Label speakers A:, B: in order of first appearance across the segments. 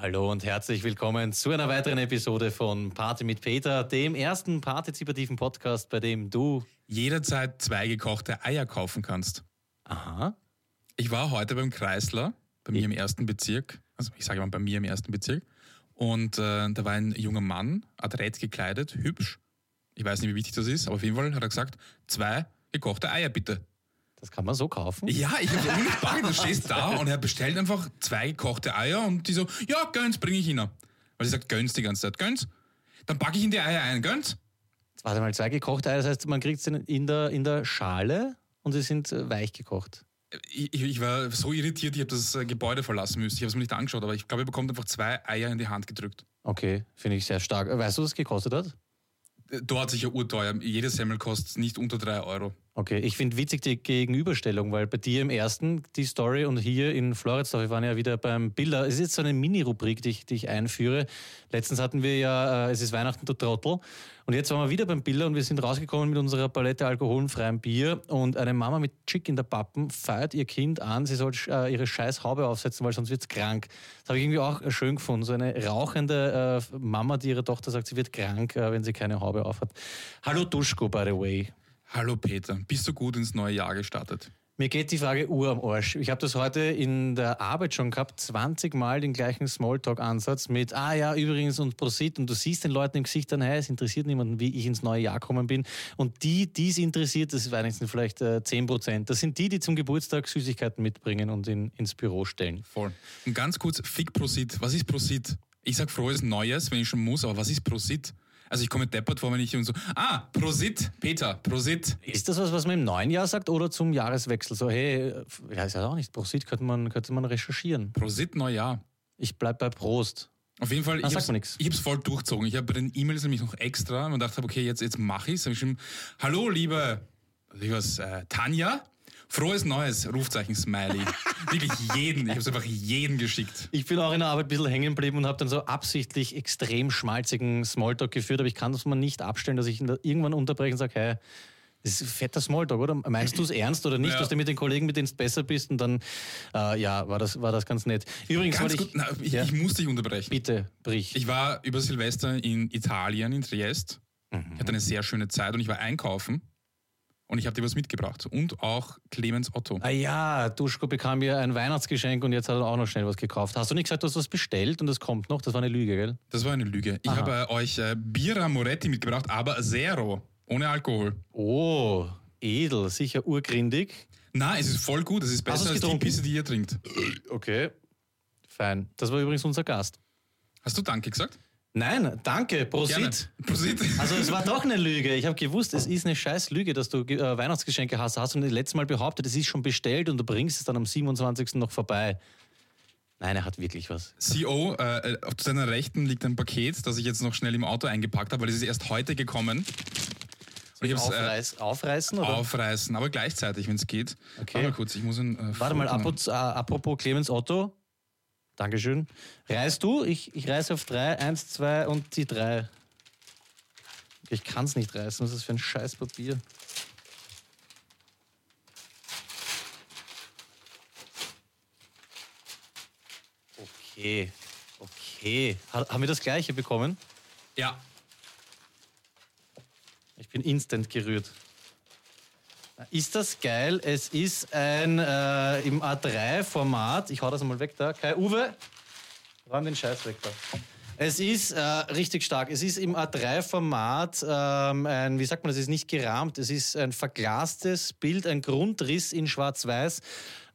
A: Hallo und herzlich willkommen zu einer weiteren Episode von Party mit Peter, dem ersten partizipativen Podcast, bei dem du.
B: jederzeit zwei gekochte Eier kaufen kannst.
A: Aha.
B: Ich war heute beim Kreisler, bei mir im ersten Bezirk, also ich sage mal bei mir im ersten Bezirk, und äh, da war ein junger Mann, adrett gekleidet, hübsch. Ich weiß nicht, wie wichtig das ist, aber auf jeden Fall hat er gesagt, zwei gekochte Eier bitte.
A: Das kann man so kaufen?
B: Ja, ich habe wirklich Bange, du stehst da und er bestellt einfach zwei gekochte Eier und die so, ja, gönns, bringe ich ihnen. Weil sie sagt, gönns die ganze Zeit, gönns. Dann packe ich in die Eier ein, gönns.
A: Jetzt Warte mal, zwei gekochte Eier, das heißt, man kriegt sie in der, in der Schale und sie sind äh, weich gekocht.
B: Ich, ich- ich war so irritiert, ich habe das äh, Gebäude verlassen müssen. Ich habe es mir nicht angeschaut, aber ich glaube, ihr bekommt einfach zwei Eier in die Hand gedrückt.
A: Okay, finde ich sehr stark. Äh, Weißt du, was es gekostet hat?
B: Äh, Dort sicher urteuer. Jede Semmel kostet nicht unter drei Euro.
A: Okay, ich finde witzig die Gegenüberstellung, weil bei dir im ersten die Story und hier in Floridsdorf, wir waren ja wieder beim Bilder. Es ist jetzt so eine Mini-Rubrik, die ich, die ich einführe. Letztens hatten wir ja, äh, es ist Weihnachten, du Trottel. Und jetzt waren wir wieder beim Bilder und wir sind rausgekommen mit unserer Palette alkoholfreiem Bier. Und eine Mama mit Chick in der Pappen feiert ihr Kind an, sie soll äh, ihre scheiß Haube aufsetzen, weil sonst wird's krank. Das habe ich irgendwie auch äh, schön gefunden. So eine rauchende äh, Mama, die ihre Tochter sagt, sie wird krank, äh, wenn sie keine Haube aufhat. Hallo Duschko, by the way.
B: Hallo Peter, bist du gut ins neue Jahr gestartet?
A: Mir geht die Frage Uhr am Arsch. Ich habe das heute in der Arbeit schon gehabt, 20 Mal den gleichen Smalltalk-Ansatz mit, ah ja, übrigens und Prosit. Und du siehst den Leuten im Gesicht dann, hey, es interessiert niemanden, wie ich ins neue Jahr gekommen bin. Und die, die es interessiert, das sind vielleicht äh, 10 Prozent. Das sind die, die zum Geburtstag Süßigkeiten mitbringen und in, ins Büro stellen.
B: Voll. Und ganz kurz, Fick Prosit. Was ist Prosit? Ich sag frohes Neues, wenn ich schon muss, aber was ist Prosit? Also ich komme deppert vor, wenn ich und so, ah, Prosit, Peter, Prosit.
A: Ist das was, was man im neuen Jahr sagt oder zum Jahreswechsel? So, hey, äh, ja, ist ja auch nicht. Prosit könnte man, könnte man recherchieren.
B: Prosit Neujahr.
A: Ich bleib bei Prost.
B: Auf jeden Fall, ich
A: Dann sagt
B: hab's-
A: man nix.
B: ich hab's voll durchzogen. Ich habe bei den E-Mails nämlich noch extra und dachte, okay, jetzt, jetzt mache ich's. Hab ich geschrieben, hallo, liebe, liebes äh, Tanja, frohes Neues, Rufzeichen Smiley. Wirklich jeden, ich hab's einfach jeden geschickt.
A: Ich bin auch in der Arbeit ein bisschen hängen geblieben und habe dann so absichtlich extrem schmalzigen Smalltalk geführt, aber ich kann das mal nicht abstellen, dass ich ihn da irgendwann unterbreche und sage, hey, das ist ein fetter Smalltalk, oder? Meinst du es ernst oder nicht,
B: Ja.
A: dass du mit den Kollegen, mit denen du besser bist? Und dann, äh, ja, war das, war das ganz nett. Übrigens
B: Ganz
A: wollte
B: gut,
A: ich,
B: na, ich,
A: ja,
B: ich muss dich unterbrechen.
A: bitte, brich.
B: Ich war über Silvester in Italien, in Triest. Ich
A: Mhm.
B: hatte eine sehr schöne Zeit und ich war einkaufen und ich habe dir was mitgebracht. Und auch Clemens Otto.
A: ah ja, Duschko bekam mir ein Weihnachtsgeschenk und jetzt hat er auch noch schnell was gekauft. Hast du nicht gesagt, du hast was bestellt und das kommt noch? Das war eine Lüge, gell?
B: Das war eine Lüge. Ich
A: Aha.
B: habe äh, euch äh, Bira Moretti mitgebracht, aber Zero, ohne Alkohol.
A: Oh, edel, sicher urgründig.
B: Na, es ist voll gut. Es ist
A: Hast du's
B: besser als die
A: getrunken?
B: Pisse, die ihr trinkt.
A: Okay, fein. Das war übrigens unser Gast.
B: Hast du Danke gesagt?
A: Nein, danke, Prosit.
B: Prosit.
A: Also es war doch eine Lüge. Ich habe gewusst, es ist eine scheiß Lüge, dass du äh, Weihnachtsgeschenke hast. Hast du das letzte Mal behauptet, es ist schon bestellt und du bringst es dann am 27. noch vorbei. Nein, er hat wirklich was.
B: CO, äh, auf deiner Rechten liegt ein Paket, das ich jetzt noch schnell im Auto eingepackt habe, weil es ist erst heute gekommen. Und ich hab's, äh,
A: Aufreiß, aufreißen oder?
B: aufreißen, aber gleichzeitig, wenn es geht.
A: Okay.
B: Warte mal kurz, ich muss ihn. Äh,
A: Warte mal,
B: Foto-
A: apropos, äh, apropos Clemens Otto. Dankeschön. Reißt du? Ich, ich reiße auf drei. Eins, zwei und die drei. Ich kann es nicht reißen. Was ist das für ein scheiß Papier? Okay. Okay. Ha- Haben wir das gleiche bekommen?
B: Ja.
A: Ich bin instant gerührt. Ist das geil? Es ist ein äh, im A3-Format. Ich hau das mal weg da. Kai Uwe, räum den Scheiß weg da. Es ist äh, richtig stark. Es ist im A3-Format ähm, ein, wie sagt man, das ist nicht gerahmt. Es ist ein verglastes Bild, ein Grundriss in Schwarz-Weiß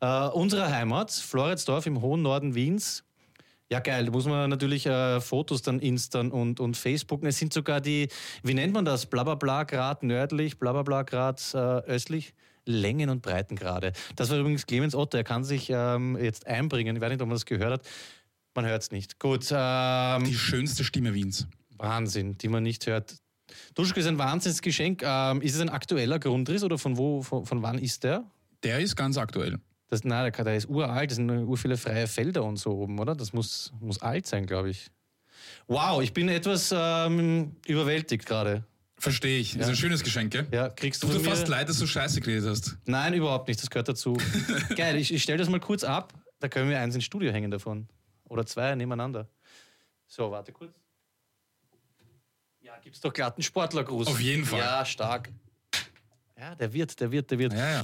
A: äh, unserer Heimat, Floridsdorf im hohen Norden Wiens. Ja, geil. Da muss man natürlich äh, Fotos dann instern und, und Facebooken. Es sind sogar die, wie nennt man das? Blablabla Grad nördlich, blablabla Grad äh, östlich. Längen- und Breitengrade. Das war übrigens Clemens Otto. Er kann sich ähm, jetzt einbringen. Ich weiß nicht, ob man das gehört hat. Man hört es nicht. Gut. Ähm,
B: Die schönste Stimme Wiens.
A: Wahnsinn, die man nicht hört. Duschko ist ein Wahnsinnsgeschenk. Ähm, ist es ein aktueller Grundriss oder von wo, von, von wann ist der?
B: Der ist ganz aktuell.
A: Das, nein, der Kader ist uralt, das sind ur viele freie Felder und so oben, oder? Das muss, muss alt sein, glaube ich. Wow, ich bin etwas ähm, überwältigt gerade.
B: Verstehe ich. Ist ein schönes Geschenk, gell?
A: Ja, kriegst du,
B: Tut mir
A: von mir?
B: fast leid, dass du Scheiße geredet hast.
A: Nein, überhaupt nicht, das gehört dazu. Geil, ich, ich stelle das mal kurz ab, da können wir eins ins Studio hängen davon. Oder zwei nebeneinander. So, warte kurz. Ja, gibt's doch glatten Sportlergruß.
B: Auf jeden Fall.
A: Ja, stark. Ja, der wird, der wird, der wird.
B: Ja, ja.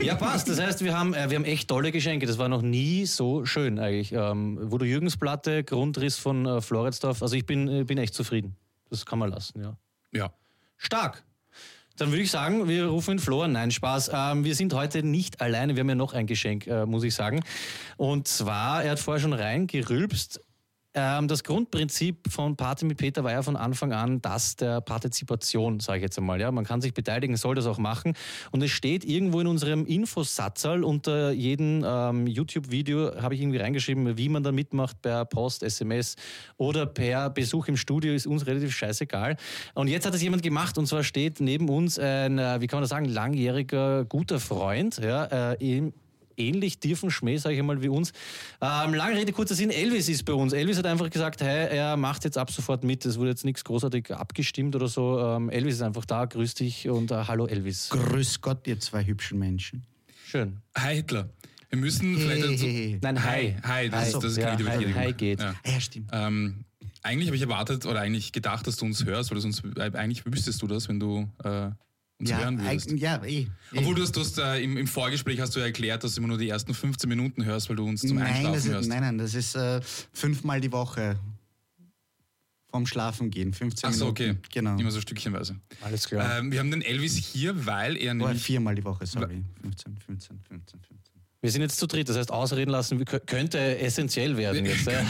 A: Ja, passt. Das heißt, wir haben, äh, wir haben echt tolle Geschenke. Das war noch nie so schön eigentlich. Ähm, Voodoo Jürgens Platte, Grundriss von äh, Floridsdorf. Also ich bin, äh, bin echt zufrieden. Das kann man lassen, ja.
B: ja.
A: Stark. Dann würde ich sagen, wir rufen den Flo an. Nein, Spaß. Ähm, wir sind heute nicht alleine. Wir haben ja noch ein Geschenk, äh, muss ich sagen. Und zwar, er hat vorher schon reingerülpst. Ähm, das Grundprinzip von Party mit Peter war ja von Anfang an das der Partizipation, sage ich jetzt einmal. Ja? Man kann sich beteiligen, soll das auch machen. Und es steht irgendwo in unserem Infosatzal unter jedem ähm, YouTube-Video, habe ich irgendwie reingeschrieben, wie man da mitmacht per Post, SMS oder per Besuch im Studio, ist uns relativ scheißegal. Und jetzt hat es jemand gemacht und zwar steht neben uns ein, äh, wie kann man das sagen, langjähriger guter Freund, ja, äh, im ähnlich tiefen Schmäh, sage ich mal, wie uns. Ähm, lange Rede, kurzer Sinn, Elvis ist bei uns. Elvis hat einfach gesagt, hey, er macht jetzt ab sofort mit. Es wurde jetzt nichts großartig abgestimmt oder so. Ähm, Elvis ist einfach da, grüß dich und äh, hallo Elvis.
C: Grüß Gott, ihr zwei hübschen Menschen.
A: Schön.
B: Hi Hitler. Wir müssen vielleicht dazu.
C: Hey.
A: Nein, hi.
B: Hi, das,
A: Hi.
B: ist, das ist
A: Ja,
B: keine
A: hi,
B: Übertretung.
A: hi geht.
B: Ja.
C: Ah, ja, stimmt.
B: Ähm, eigentlich habe ich erwartet oder eigentlich gedacht, dass du uns hörst, weil sonst, äh, eigentlich wüsstest du das, wenn du äh, uns
C: ja,
B: hören würdest.
C: eigen- ja, eh. eh.
B: Obwohl du hast, du hast äh, im, im Vorgespräch hast du ja erklärt, dass du immer nur die ersten 15 Minuten hörst, weil du uns zum
C: nein, das
B: Einschlafen
C: ist,
B: hörst.
C: nein, nein, das ist äh, fünfmal die Woche vom Schlafen gehen, 15
B: Ach so,
C: Minuten.
B: okay.
C: Genau.
B: Immer so stückchenweise.
A: Alles klar.
B: Ähm, wir haben den Elvis hier, weil er
C: Oder
B: nämlich.
C: viermal die Woche, sorry. 15, 15, 15, 15.
A: Wir sind jetzt zu dritt, das heißt, ausreden lassen wir kö- könnte essentiell werden jetzt. Ja.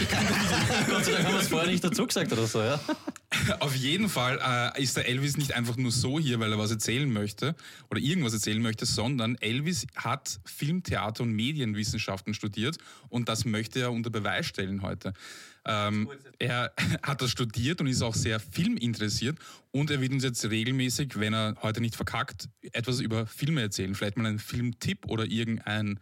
A: Gott sei Dank haben wir es vorher nicht dazu gesagt oder so, ja.
B: Auf jeden Fall äh, ist der Elvis nicht einfach nur so hier, weil er was erzählen möchte oder irgendwas erzählen möchte, sondern Elvis hat Film, Theater und Medienwissenschaften studiert und das möchte er unter Beweis stellen heute. Ähm, er hat das studiert und ist auch sehr filminteressiert und er wird uns jetzt regelmäßig, wenn er heute nicht verkackt, etwas über Filme erzählen. Vielleicht mal einen Filmtipp oder irgendein,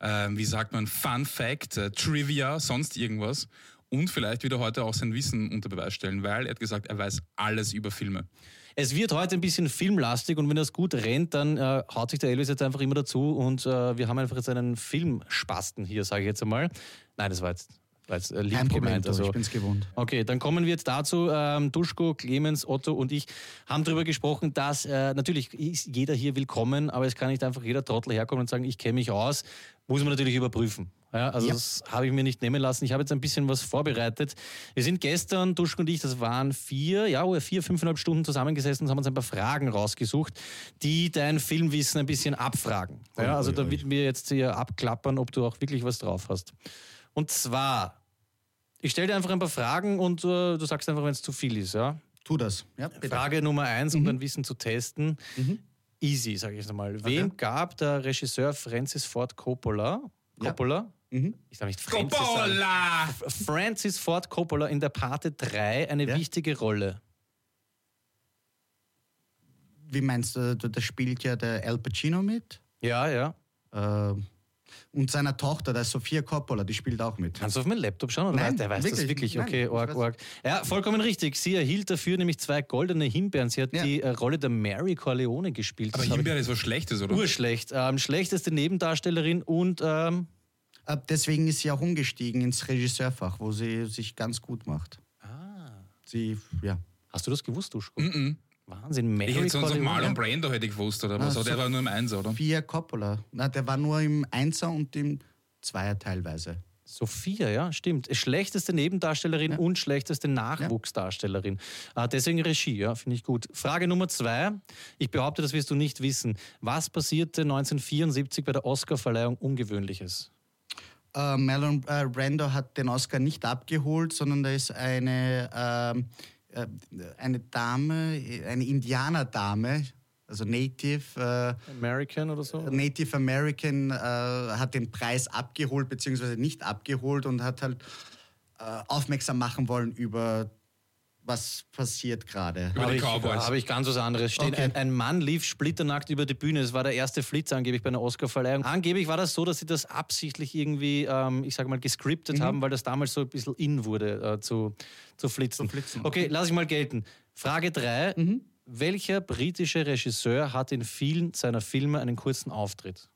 B: ähm, wie sagt man, Fun Fact, äh, Trivia, sonst irgendwas. Und vielleicht wieder heute auch sein Wissen unter Beweis stellen, weil er hat gesagt, er weiß alles über Filme.
A: Es wird heute ein bisschen filmlastig und wenn das gut rennt, dann äh, haut sich der Elvis jetzt einfach immer dazu und äh, wir haben einfach jetzt einen Filmspasten hier, sage ich jetzt einmal. Nein, das war jetzt, war jetzt äh, lieb
C: Kein Problem,
A: gemeint.
C: du, ich
A: Also,
C: bin's gewohnt.
A: Okay, dann kommen wir jetzt dazu. Ähm, Duschko, Clemens, Otto und ich haben darüber gesprochen, dass äh, natürlich ist jeder hier willkommen, aber es kann nicht einfach jeder Trottel herkommen und sagen, ich kenne mich aus. Muss man natürlich überprüfen. Ja, also
C: Ja.
A: das habe ich mir nicht nehmen lassen. Ich habe jetzt ein bisschen was vorbereitet. Wir sind gestern, Duschko und ich, das waren vier, ja, oder vier, fünfeinhalb Stunden zusammengesessen und haben uns ein paar Fragen rausgesucht, die dein Filmwissen ein bisschen abfragen. Ja, also
C: ui,
A: da
C: ui.
A: wird mir jetzt hier abklappern, ob du auch wirklich was drauf hast. Und zwar ich stelle dir einfach ein paar Fragen und äh, du sagst einfach, wenn es zu viel ist. Ja?
C: Tu das. Ja, bitte.
A: Frage Nummer eins, um
C: Mhm.
A: dein Wissen zu testen. Easy, sage ich jetzt nochmal. Wem gab der Regisseur Francis Ford Coppola,
C: Ja.
A: Coppola?
C: Mhm.
A: Ich darf nicht Francis sagen.
B: Coppola!
A: Francis Ford Coppola in der Pate 3 eine
C: Ja.
A: wichtige Rolle.
C: Wie meinst du, du, da spielt ja der Al Pacino mit
A: Ja, ja.
C: äh, und seiner Tochter, der Sofia Coppola, die spielt auch mit.
A: Kannst du auf meinen Laptop schauen? Oder
C: Nein,
A: weiß- der weiß das
C: wirklich,
A: wirklich.
C: nein,
A: Okay,
C: ich
A: org,
C: weiß.
A: org. Ja, vollkommen richtig. Sie erhielt dafür nämlich zwei goldene Himbeeren. Sie hat
C: Ja.
A: die äh, Rolle der Mary Corleone gespielt.
B: Aber
A: Das hab ich-
B: Himbeere ist was Schlechtes, oder?
A: Urschlecht. Ähm, schlechteste Nebendarstellerin und ähm,
C: Äh, deswegen ist sie auch umgestiegen ins Regisseurfach, wo sie sich ganz gut macht. Sie, ja.
A: Hast du das gewusst, Duschko? Wahnsinn, Mary
B: Ich hätte sonst noch
A: Corleone.
B: Marlon Brando hätte ich gewusst, oder was?
C: Ah,
B: Aber der
C: so-
B: war nur im Einser, oder?
C: Sofia Coppola. Na, der war nur im Einser und im Zweier teilweise.
A: Sophia, ja, stimmt. Schlechteste Nebendarstellerin und schlechteste Nachwuchsdarstellerin. Äh, deswegen Regie, ja, finde ich gut. Frage Nummer zwei. Ich behaupte, das wirst du nicht wissen. Was passierte 1974 bei der Oscarverleihung Ungewöhnliches?
C: Äh, Marlon äh, Brando hat den Oscar nicht abgeholt, sondern da ist eine, ähm, äh, eine Dame, eine Indianerdame, also Native,
A: American oder so?
C: äh, Native American, äh, hat den Preis abgeholt, beziehungsweise nicht abgeholt und hat halt äh, aufmerksam machen wollen über was passiert gerade.
B: Über
A: Habe
B: die
A: ich,
B: Cowboys.
A: habe ich ganz was anderes stehen.
C: Okay.
A: Ein, ein Mann lief splitternackt über die Bühne. Es war der erste Flitz angeblich bei einer Oscarverleihung. Angeblich war das so, dass sie das absichtlich irgendwie, ähm, ich sage mal, gescriptet haben, weil das damals so ein bisschen in wurde, äh, zu, zu flitzen. Mhm.
C: flitzen,
A: Okay, lass ich mal gelten. Frage 3. Welcher britische Regisseur hat in vielen seiner Filme einen kurzen Auftritt?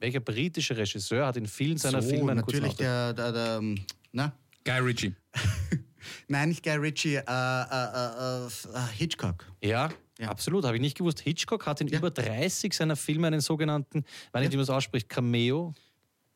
A: Welcher britische Regisseur hat in vielen seiner
C: so,
A: Filme einen kurzen
C: natürlich
A: Auftritt?
C: der, der, der, ähm, na,
B: Guy Ritchie.
C: Nein, nicht Guy Ritchie, äh, äh, äh, äh, Hitchcock.
A: Ja,
C: Ja.
A: absolut. Habe ich nicht gewusst. Hitchcock hat in
C: Ja.
A: über 30 seiner Filme einen sogenannten, weiß nicht, wie man es ausspricht, Cameo,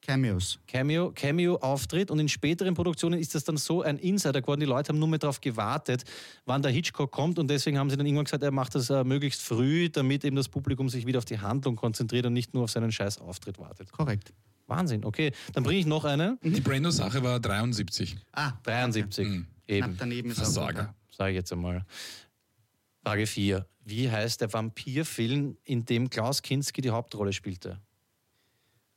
C: Cameos.
A: Cameo, Cameo-Auftritt und in späteren Produktionen ist das dann so ein Insider geworden. Die Leute haben nur mehr darauf gewartet, wann der Hitchcock kommt und deswegen haben sie dann irgendwann gesagt, er macht das äh, möglichst früh, damit eben das Publikum sich wieder auf die Handlung konzentriert und nicht nur auf seinen scheiß Auftritt wartet.
C: Korrekt.
A: Wahnsinn, okay. Dann bringe ich noch eine.
B: Die Brando-Sache war 73.
C: Ah,
A: 73. Eben,
C: knapp daneben ist
B: Versager.
A: sage ich jetzt einmal. Frage 4. Wie heißt der Vampirfilm, in dem Klaus Kinski die Hauptrolle spielte?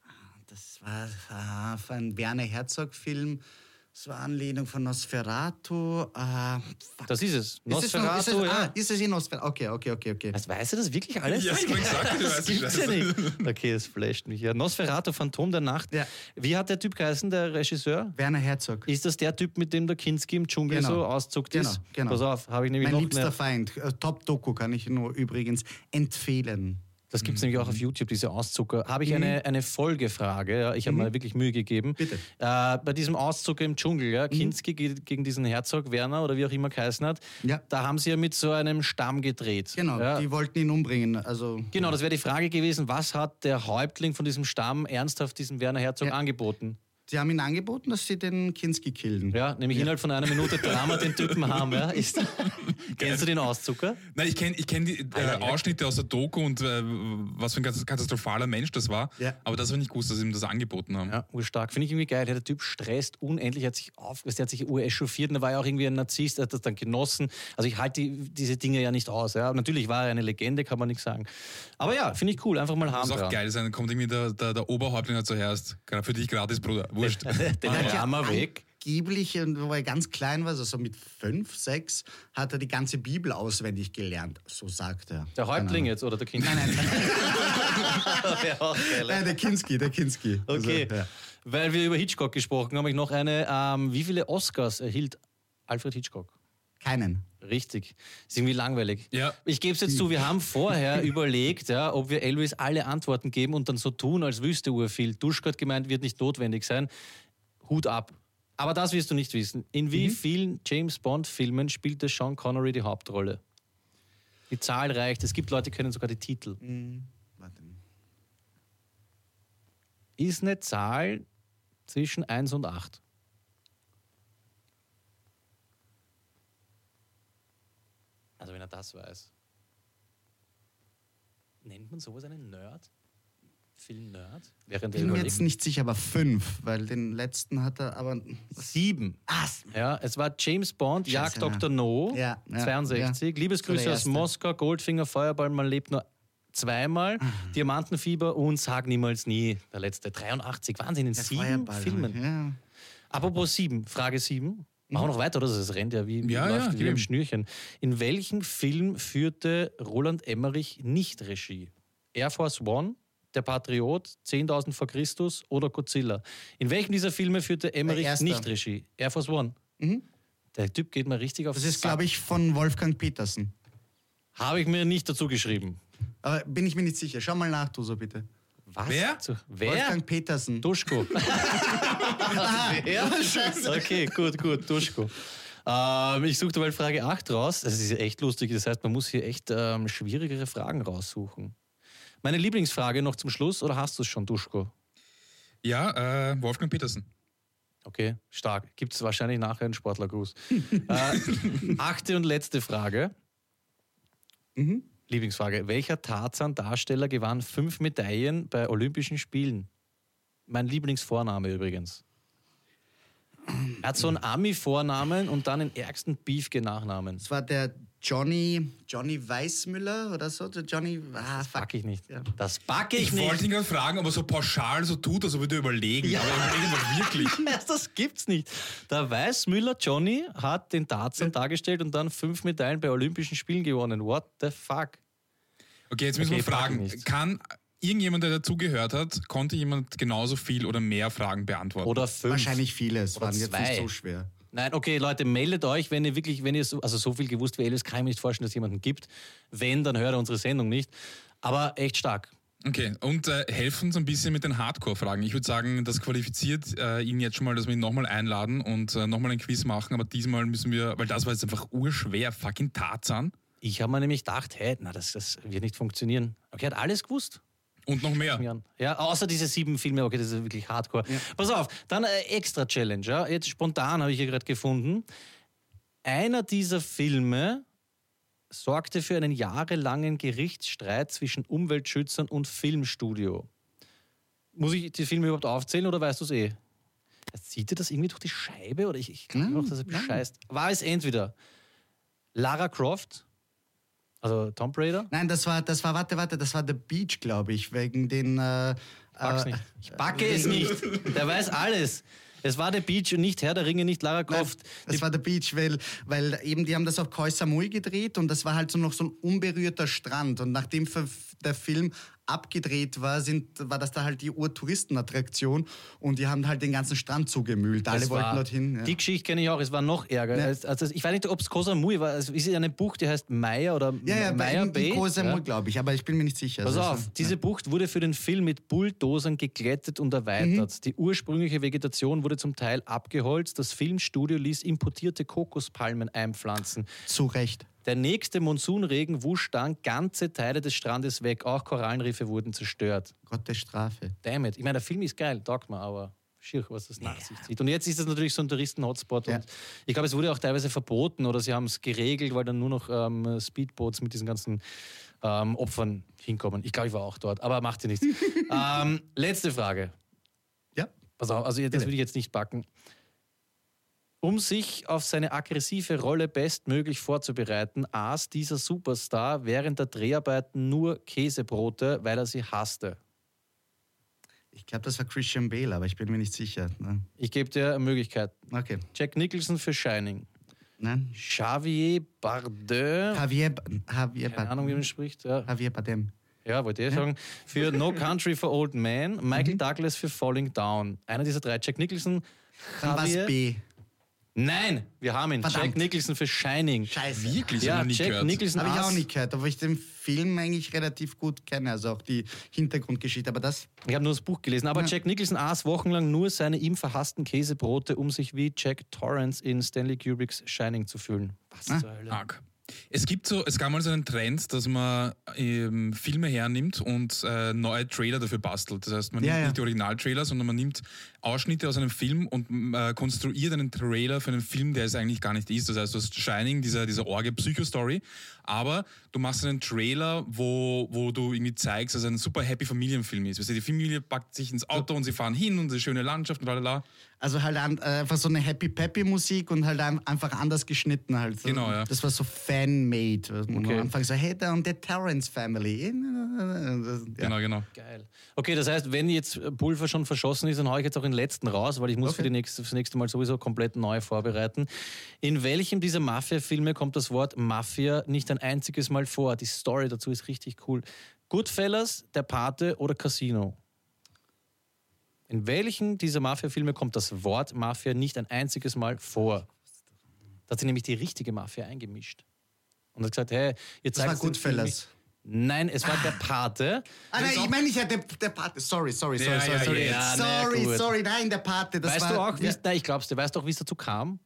C: auch. Das war ah, für einen Werner Herzog-Film. Das war Anlehnung von Nosferatu. Ah, fuck.
A: Das ist es. Nosferatu,
C: ist es, noch- ist es,
A: ja.
C: ah, ist es in Nosferatu? Okay, okay, okay, okay.
A: Was, weiß er das wirklich alles?
B: Ja,
A: das
B: ich wollte sagen, du
A: das
B: weißt
A: gibt's ja
B: Bescheid.
A: nicht. Okay, das flasht mich. Ja. Nosferatu, Phantom der Nacht.
C: Ja.
A: Wie hat der Typ geheißen, der Regisseur?
C: Werner Herzog.
A: Ist das der Typ, mit dem der Kinski im Dschungel
C: Genau.
A: so auszuckt ist?
C: Genau, genau.
A: Pass auf, habe ich nämlich
C: Mein
A: noch
C: liebster
A: eine.
C: Feind. Äh, Top-Doku kann ich nur übrigens empfehlen.
A: Das gibt es
C: Mhm.
A: nämlich auch auf YouTube, diese Auszucker. Habe ich eine, eine Folgefrage? Ja, ich habe mir wirklich Mühe gegeben.
C: Mhm. Bitte. Mhm.
A: Äh, bei diesem Auszucker im Dschungel, ja, Kinski geht gegen diesen Herzog Werner oder wie auch immer geheißen hat,
C: Ja.
A: da haben sie ja mit so einem Stamm gedreht.
C: Genau,
A: Ja.
C: die wollten ihn umbringen. Also,
A: Genau, das wäre die Frage gewesen, was hat der Häuptling von diesem Stamm ernsthaft diesem Werner Herzog
C: Ja.
A: angeboten?
C: sie haben ihn angeboten, dass sie den Kinski killen.
A: Ja, nämlich innerhalb von einer Minute Drama den Typen haben. Ja. Ist, kennst du den Auszucker?
B: Nein, ich kenne ich kenn die äh, Ausschnitte aus der Doku und äh, was für ein ganz- katastrophaler Mensch das war.
C: Ja.
B: Aber das war nicht gut, dass sie ihm das angeboten haben.
A: Ja, urstark. Oh, Finde ich irgendwie geil. Ja, Der Typ stresst unendlich, hat sich aufgeregt, der hat sich urechauffiert und er war ja auch irgendwie ein Narzisst, er hat das dann genossen. Also ich halte die, diese Dinge ja nicht aus. Ja. Natürlich war er eine Legende, kann man nichts sagen. Aber ja, finde ich cool. Einfach mal haben
B: Das ist auch
A: dran.
B: geil sein. Dann kommt irgendwie der, der, der Oberhäuptling dazu zuerst. Gra- Für dich gratis, Bruder. Wurscht.
A: Den
C: Er hat ja
A: Hammer weg.
C: Angeblich, und wo er ganz klein war, also so mit fünf, sechs, hat er die ganze Bibel auswendig gelernt. So sagt er.
A: Der Häuptling jetzt oder der Kind? Nein, nein. Wäre auch geil.
C: Nein, der Kinski, der Kinski.
A: Okay.
C: Also, ja.
A: Weil wir über Hitchcock gesprochen haben, habe ich noch eine. Ähm, wie viele Oscars erhielt Alfred Hitchcock?
C: Keinen.
A: Richtig. Ist irgendwie langweilig.
B: Ja.
A: Ich gebe es jetzt zu, wir haben vorher überlegt, ja, ob wir Elvis alle Antworten geben und dann so tun, als wüsste Ur viel. Duschka hat gemeint, wird nicht notwendig sein. Hut ab. Aber das wirst du nicht wissen. In wie vielen James Bond-Filmen spielte Sean Connery die Hauptrolle? Die Zahl reicht. Es gibt Leute, die können sogar die Titel.
C: Warte.
A: Ist eine Zahl zwischen 1 und 8. Also wenn er das weiß. Nennt man sowas einen Nerd? Film Nerd? Während
C: Ich
A: er
C: bin mir jetzt
A: überlegt.
C: nicht sicher, aber fünf, weil den letzten hat er aber.
A: Sieben.
C: Ah,
A: Ja, es war James Bond,
C: Scheiße,
A: Jagd
C: ja.
A: Dr. No,
C: Ja, ja,
A: 62.
C: ja.
A: Liebesgrüße
C: Der
A: aus
C: erste.
A: Moskau, Goldfinger, Feuerball, man lebt nur zweimal,
C: Mhm.
A: Diamantenfieber und Sag niemals nie, der letzte. 83, Wahnsinn, in sieben Filmen.
C: Ja.
A: Apropos sieben, Frage sieben. Machen wir noch weiter, oder? Das rennt ja wie, wie,
B: Ja,
A: läuft,
B: ja,
A: wie im
B: eben.
A: Schnürchen. In welchem Film führte Roland Emmerich nicht Regie? Air Force One, Der Patriot, 10.000 vor Christus oder Godzilla? In welchem dieser Filme führte Emmerich
C: erste.
A: nicht Regie? Air Force One. Der Typ geht mal richtig auf
C: Das ist, glaube ich, von Wolfgang Petersen.
A: Habe ich mir nicht dazu geschrieben.
C: Aber bin ich mir nicht sicher. Schau mal nach, du so bitte.
A: Was?
B: Wer?
A: Zu- Wer?
C: Wolfgang
A: Hm.
C: Petersen.
A: Duschko. Wer?
C: Scheiße.
A: Okay, gut, gut, Duschko. Ähm, ich suchte mal Frage 8 raus. Das ist ja echt lustig. Das heißt, man muss hier echt ähm, schwierigere Fragen raussuchen. Meine Lieblingsfrage noch zum Schluss, oder hast du es schon, Duschko?
B: Ja, äh, Wolfgang Petersen.
A: Okay, stark. Gibt es wahrscheinlich nachher einen Sportlergruß. äh, achte und letzte Frage. Lieblingsfrage. Welcher Tarzan-Darsteller gewann fünf Medaillen bei Olympischen Spielen? Mein Lieblingsvorname übrigens. Er hat so einen Ami-Vornamen und dann den ärgsten Beefge-Nachnamen.
C: Das war der Johnny, Johnny Weißmüller oder so. Der Johnny. Ah, fuck.
A: Pack ich nicht.
C: Ja.
A: Das packe ich,
B: Ich wollte
A: nicht.
B: ihn gerade fragen, ob er so pauschal so tut, als würde er überlegen. Aber er überlegt doch wirklich.
A: Das gibt's nicht. Der Weißmüller Johnny hat den Tarzan dargestellt und dann fünf Medaillen bei Olympischen Spielen gewonnen. What the fuck?
B: Okay, jetzt müssen
A: Okay,
B: wir
A: fragen
B: fragen.
A: nicht.
B: Kann irgendjemand, der dazugehört hat, konnte jemand genauso viel oder mehr Fragen beantworten?
A: Oder fünf.
C: Wahrscheinlich viele. Es
A: Oder
C: waren jetzt nicht
A: zwei.
C: so schwer.
A: Nein, okay, Leute, meldet euch, wenn ihr wirklich, wenn ihr so, also so viel gewusst wie Elvis, kann ich mir nicht vorstellen, dass es jemanden gibt. Wenn, dann hört er unsere Sendung nicht. Aber echt stark.
B: Okay, und äh, helfen uns ein bisschen mit den Hardcore-Fragen. Ich würde sagen, das qualifiziert äh, ihn jetzt schon mal, dass wir ihn nochmal einladen und äh, nochmal ein Quiz machen, aber diesmal müssen wir, weil das war jetzt einfach urschwer, fucking Tarzan
A: Ich habe mir nämlich gedacht, hey, na, das, das wird nicht funktionieren. Aber er hat alles gewusst.
B: und noch mehr.
A: Jahren. Ja, außer diese sieben Filme, okay, das ist wirklich hardcore. Pass auf, dann äh, extra Challenge. Ja. Jetzt spontan habe ich hier gerade gefunden. Einer dieser Filme sorgte für einen jahrelangen Gerichtsstreit zwischen Umweltschützern und Filmstudio. Muss ich die Filme überhaupt aufzählen oder weißt du es eh? Sieht ihr das irgendwie durch die Scheibe? Oder ich, ich glaube noch, dass er bescheißt. War es entweder Lara Croft, also Tomb Raider?
C: Nein, das war, das war, warte, warte, das war The Beach, glaube ich, wegen den. Äh,
A: Back's
C: äh,
A: nicht. Ich backe es nicht. Der weiß alles. Es war der Beach und nicht Herr der Ringe, nicht Lara Croft.
C: Das war der Beach, weil, weil eben die haben das auf Koh Samui gedreht und das war halt so noch so ein unberührter Strand. Und nachdem ver- der Film abgedreht war, sind, war das da halt die Urtouristenattraktion und die haben halt den ganzen Strand zugemüllt. Alle
A: Es
C: wollten
A: war,
C: dorthin.
A: Die
C: Ja.
A: Geschichte kenne ich auch, es war noch ärger.
C: Ja.
A: Also, also, ich weiß nicht, ob es Koh Samui war. Es ist eine Bucht, die heißt Meier oder
C: Ja, ja, bei
A: Meier
C: in,
A: Bay.
C: in Koh Samui,
A: Ja.
C: glaube ich, aber ich bin mir nicht sicher.
A: Pass
C: Also,
A: auf, diese Bucht wurde für den Film mit Bulldozern geglättet und erweitert.
C: Mhm.
A: Die ursprüngliche Vegetation wurde zum Teil abgeholzt. Das Filmstudio ließ importierte Kokospalmen einpflanzen.
C: Zu Recht.
A: Der nächste Monsunregen wusch dann ganze Teile des Strandes weg. Auch Korallenriffe wurden zerstört.
C: Gottes Strafe.
A: damn it. Ich meine, der Film ist geil, taugt mir, aber schier, was das nach sich zieht. Und jetzt ist das natürlich so ein Touristen-Hotspot.
C: Ja.
A: Und ich glaube, es wurde auch teilweise verboten oder sie haben es geregelt, weil dann nur noch ähm, Speedboats mit diesen ganzen ähm, Opfern hinkommen. Ich glaube, ich war auch dort, aber macht dir nichts. ähm, letzte Frage.
C: Ja.
A: Pass auf, also das will ich jetzt nicht backen. Um sich auf seine aggressive Rolle bestmöglich vorzubereiten, aß dieser Superstar während der Dreharbeiten nur Käsebrote, weil er sie hasste.
C: Ich glaube, das war Christian Bale, aber ich bin mir nicht sicher. Ne?
A: Ich gebe dir Möglichkeiten.
C: Okay.
A: Jack Nicholson für Shining.
C: Nein.
A: Xavier Bardem.
C: Javier, Ba- Javier,
A: Keine Ahnung, wie man spricht. Ja,
C: Javier Badem.
A: ja wollte ich eh sagen. Für No Country for Old Men.
C: Mhm.
A: Michael Douglas für Falling Down. Einer dieser drei. Jack Nicholson.
C: Dann war
A: Javier-
C: B.
A: Nein, wir haben ihn. Jack
C: Verdammt.
A: Nicholson für Shining.
C: Scheiße.
B: Wirklich?
A: Ja,
B: Hab ich noch nie
A: Jack
B: gehört.
A: Nicholson.
C: Habe ich
A: aß-
C: auch nicht gehört, obwohl ich den Film eigentlich relativ gut kenne, also auch die Hintergrundgeschichte. Aber das,
A: Ich habe nur das Buch gelesen. Aber
C: Ja.
A: Jack Nicholson aß wochenlang nur seine ihm verhassten Käsebrote, um sich wie Jack Torrance in Stanley Kubricks Shining zu fühlen. Was
C: Ah.
A: zur Hölle?
B: Arg. Es gibt so, es gab mal so einen Trend, dass man ähm, Filme hernimmt und äh, neue Trailer dafür bastelt. Das heißt, man
C: Ja,
B: nimmt
C: ja.
B: nicht die Originaltrailer, sondern man nimmt Ausschnitte aus einem Film und m, äh, konstruiert einen Trailer für einen Film, der es eigentlich gar nicht ist. Das heißt, du hast Shining, dieser, dieser Orge-Psycho-Story, aber du machst einen Trailer, wo, wo du irgendwie zeigst, dass es ein super happy Familienfilm ist. Weißt du, die Familie packt sich ins Auto und sie fahren hin und eine schöne Landschaft und lalala.
C: also halt an, äh, einfach so eine Happy Peppy Musik und halt ein, einfach anders geschnitten halt.
B: Genau, ja.
C: Das war so Fan-made. was man
A: Okay.
C: Am Anfang so, hey, da und der Terrence Family. Das, ja.
B: Genau, genau.
A: Geil. Okay, das heißt, wenn jetzt äh, Pulver schon verschossen ist, dann haue ich jetzt auch den letzten raus, weil ich muss für, die nächste, fürs nächste Mal sowieso komplett neu vorbereiten. In welchem dieser Mafia-Filme kommt das Wort Mafia nicht ein einziges Mal vor? Die Story dazu ist richtig cool. Goodfellas, Der Pate oder Casino? In welchen dieser Mafia-Filme kommt das Wort Mafia nicht ein einziges Mal vor? Da hat sich nämlich die richtige Mafia eingemischt. Und hat gesagt, hey, ihr
C: das
A: zeigt
C: war Goodfellas.
A: Nein, es war der Pate.
C: Ah, nein, ich meine nicht, ja, der, der Pate. Sorry, sorry, sorry,
B: Ja,
C: sorry.
B: ja,
C: sorry,
A: ja, na
C: sorry,
A: gut.
C: sorry, nein, der Pate. Das
A: weißt
C: war,
A: du auch, wie
C: ja,
A: es, nein, ich glaub's dir, weißt du auch, wie es dazu kam?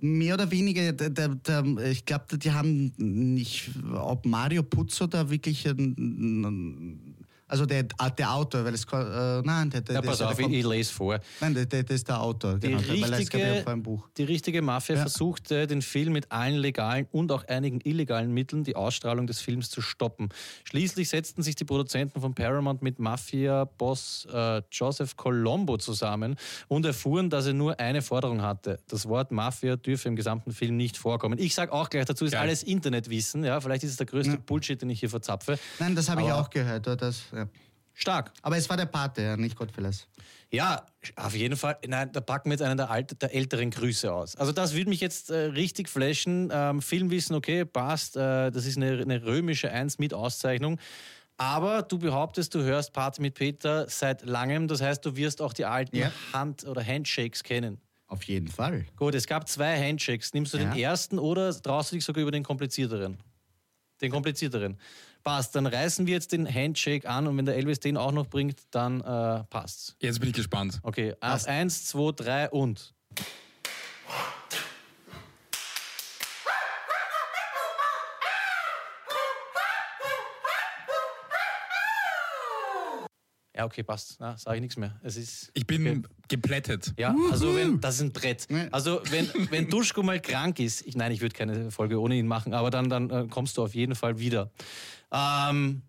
C: Mehr oder weniger, der, der, der, ich glaube, die haben nicht, ob Mario Puzo da wirklich, ein- also der, der Autor, weil es, ko- äh, nein, der, der,
A: Ja,
C: der,
A: pass
C: der,
A: auf,
C: der
A: ich,
C: kommt-
A: ich lese vor.
C: nein, der, der, der ist der Autor,
A: Die,
C: genau, der- weil es gab ja
A: richtige,
C: vor einem Buch.
A: die richtige Mafia
C: Ja.
A: versuchte, den Film mit allen legalen und auch einigen illegalen Mitteln die Ausstrahlung des Films zu stoppen. Schließlich setzten sich die Produzenten von Paramount mit Mafia-Boss äh, Joseph Colombo zusammen und erfuhren, dass er nur eine Forderung hatte. Das Wort Mafia dürfe im gesamten Film nicht vorkommen. Ich sage auch gleich dazu, ist
B: Geil.
A: alles Internetwissen. Ja, vielleicht ist es der größte Bullshit, den ich hier verzapfe.
C: Nein, das habe ich
A: Aber-
C: auch gehört, oder? das, ja.
A: Stark.
C: aber es war der Pate, ja, nicht Gottfellas.
A: Ja, auf jeden Fall. Nein, da packen wir jetzt einen der, alt, der älteren Grüße aus. Also das würde mich jetzt äh, richtig flashen. Ähm, Filmwissen, okay, passt. Äh, das ist eine, eine römische Eins mit Auszeichnung. Aber du behauptest, du hörst Party mit Peter seit langem. Das heißt, du wirst auch die alten
C: Ja.
A: Hand- oder Handshakes kennen.
C: Auf jeden Fall.
A: Gut, es gab zwei Handshakes. Nimmst du
C: Ja.
A: den ersten oder traust du dich sogar über den komplizierteren? Den komplizierteren. Passt, dann reißen wir jetzt den Handshake an und wenn der Elvis den auch noch bringt, dann äh, passt's.
B: Jetzt bin ich gespannt.
A: Okay, auf eins, zwei, drei und. Ja, okay, passt. Na, sage ich nichts mehr. Es ist.
B: Ich bin geplättet.
A: Ja, also wenn, das ist ein Brett.
C: Nee.
A: Also wenn, wenn Duschko mal krank ist, ich, nein, ich würde keine Folge ohne ihn machen, aber dann, dann äh, kommst du auf jeden Fall wieder. Ähm,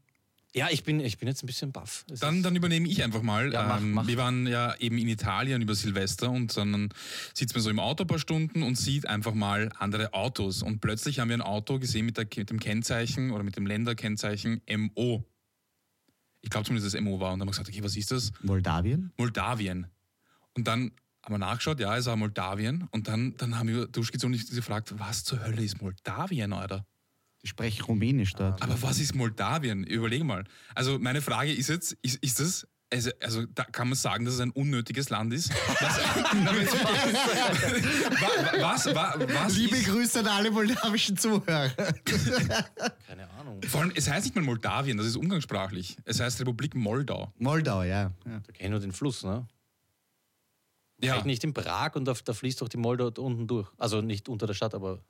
A: ja, ich bin, ich bin jetzt ein bisschen baff. Es
B: Dann,
A: ist-
B: dann übernehme ich einfach mal.
A: Ja, mach,
B: ähm,
A: mach.
B: Wir waren ja eben in Italien über Silvester und dann sitzt man so im Auto ein paar Stunden und sieht einfach mal andere Autos. Und plötzlich haben wir ein Auto gesehen mit, der, mit dem Kennzeichen oder mit dem Länderkennzeichen MO. Ich glaube zumindest, dass es MO war. Und dann haben wir gesagt, okay, was ist das?
C: Moldawien?
B: Moldawien. Und dann haben wir nachgeschaut, ja, es war Moldawien. Und dann, dann haben wir Duschkitz und ich gefragt, was zur Hölle ist Moldawien, Alter?
C: Ich spreche Rumänisch dort.
B: Aber was ist Moldawien? Überleg mal. Also meine Frage ist jetzt, ist, ist das, also, also da kann man sagen, dass es ein unnötiges Land ist? Was, was, was, was, was
C: Liebe
B: ist,
C: Grüße an alle moldawischen Zuhörer.
A: Keine Ahnung.
B: vor allem, es heißt nicht mal Moldawien, das ist umgangssprachlich. Es heißt Republik Moldau.
C: Moldau, ja. ja.
A: Da kenne ich nur den Fluss, ne?
B: Ja,
A: Vielleicht nicht in Prag und da, da fließt doch die Moldau da unten durch. Also nicht unter der Stadt, aber.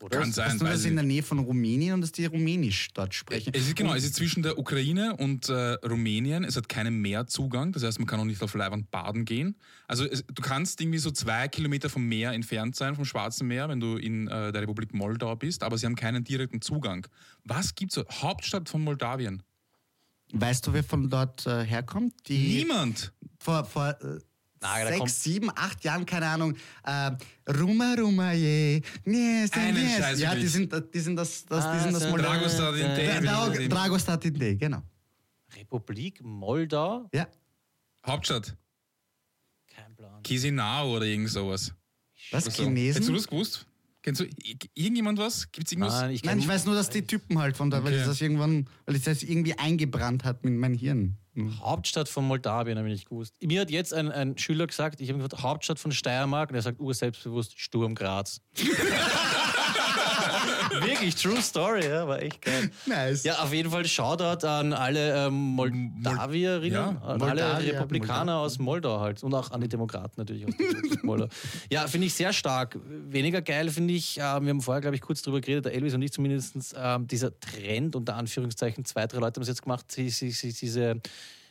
A: Oder?
B: kann sein.
C: Dass du
B: weiß
C: das
B: ich
C: in
B: nicht.
C: der Nähe von Rumänien und dass die Rumänisch dort sprechen.
B: Es ist, genau, es ist zwischen der Ukraine und äh, Rumänien. Es hat keinen Meerzugang, das heißt, man kann auch nicht auf Leibwand baden gehen. Also es, du kannst irgendwie so zwei Kilometer vom Meer entfernt sein, vom Schwarzen Meer, wenn du in äh, der Republik Moldau bist, aber sie haben keinen direkten Zugang. Was gibt's so? Hauptstadt von Moldawien?
C: Weißt du, wer von dort äh, herkommt? Die
B: Niemand!
C: vor, vor äh,
A: Na, da
C: sechs,
A: kommt-
C: sieben, acht Jahren, keine Ahnung. Äh, Ruma, Ruma, je. Yes,
B: Einen
C: yes.
B: Scheiß
C: Ja, die
B: wirklich.
C: sind, die sind das, das, die sind das
A: Ah, so-
C: Moldau.
B: Dragostat in
C: Dra-
B: Dä-
C: Dra-
B: Dä-
C: Dragostat in D, genau.
A: Republik Moldau?
C: Ja.
B: Hauptstadt.
A: Kein Plan.
B: Chisinau oder irgend sowas.
C: Was?
B: Oder so.
C: Chinesen?
B: Hättest du das gewusst? Kennst du i- irgendjemand was? Gibt's irgendwas?
A: Nein, ich,
C: Nein, ich weiß nur, dass die Typen halt von da, weil
B: Okay.
C: ich das irgendwann, weil ich das irgendwie eingebrannt hat mit meinem Hirn.
A: Hauptstadt von Moldawien habe ich nicht gewusst. Mir hat jetzt ein, ein Schüler gesagt, ich habe gefragt, Hauptstadt von Steiermark und er sagt urselbstbewusst Sturm Graz. Wirklich, true story, ja, war echt geil.
C: Nice.
A: Ja, auf jeden Fall Shoutout an alle ähm, Moldawierinnen,
B: Ja,
A: an alle
C: Moldawier,
A: Republikaner
C: Moldau.
A: aus Moldau halt und auch an die Demokraten natürlich aus der Republik Moldau. Ja, finde ich sehr stark. Weniger geil finde ich, äh, wir haben vorher, glaube ich, kurz drüber geredet, der Elvis und ich zumindest, ähm, dieser Trend unter Anführungszeichen, zwei, drei Leute haben es jetzt gemacht, sie, sie, sie, diese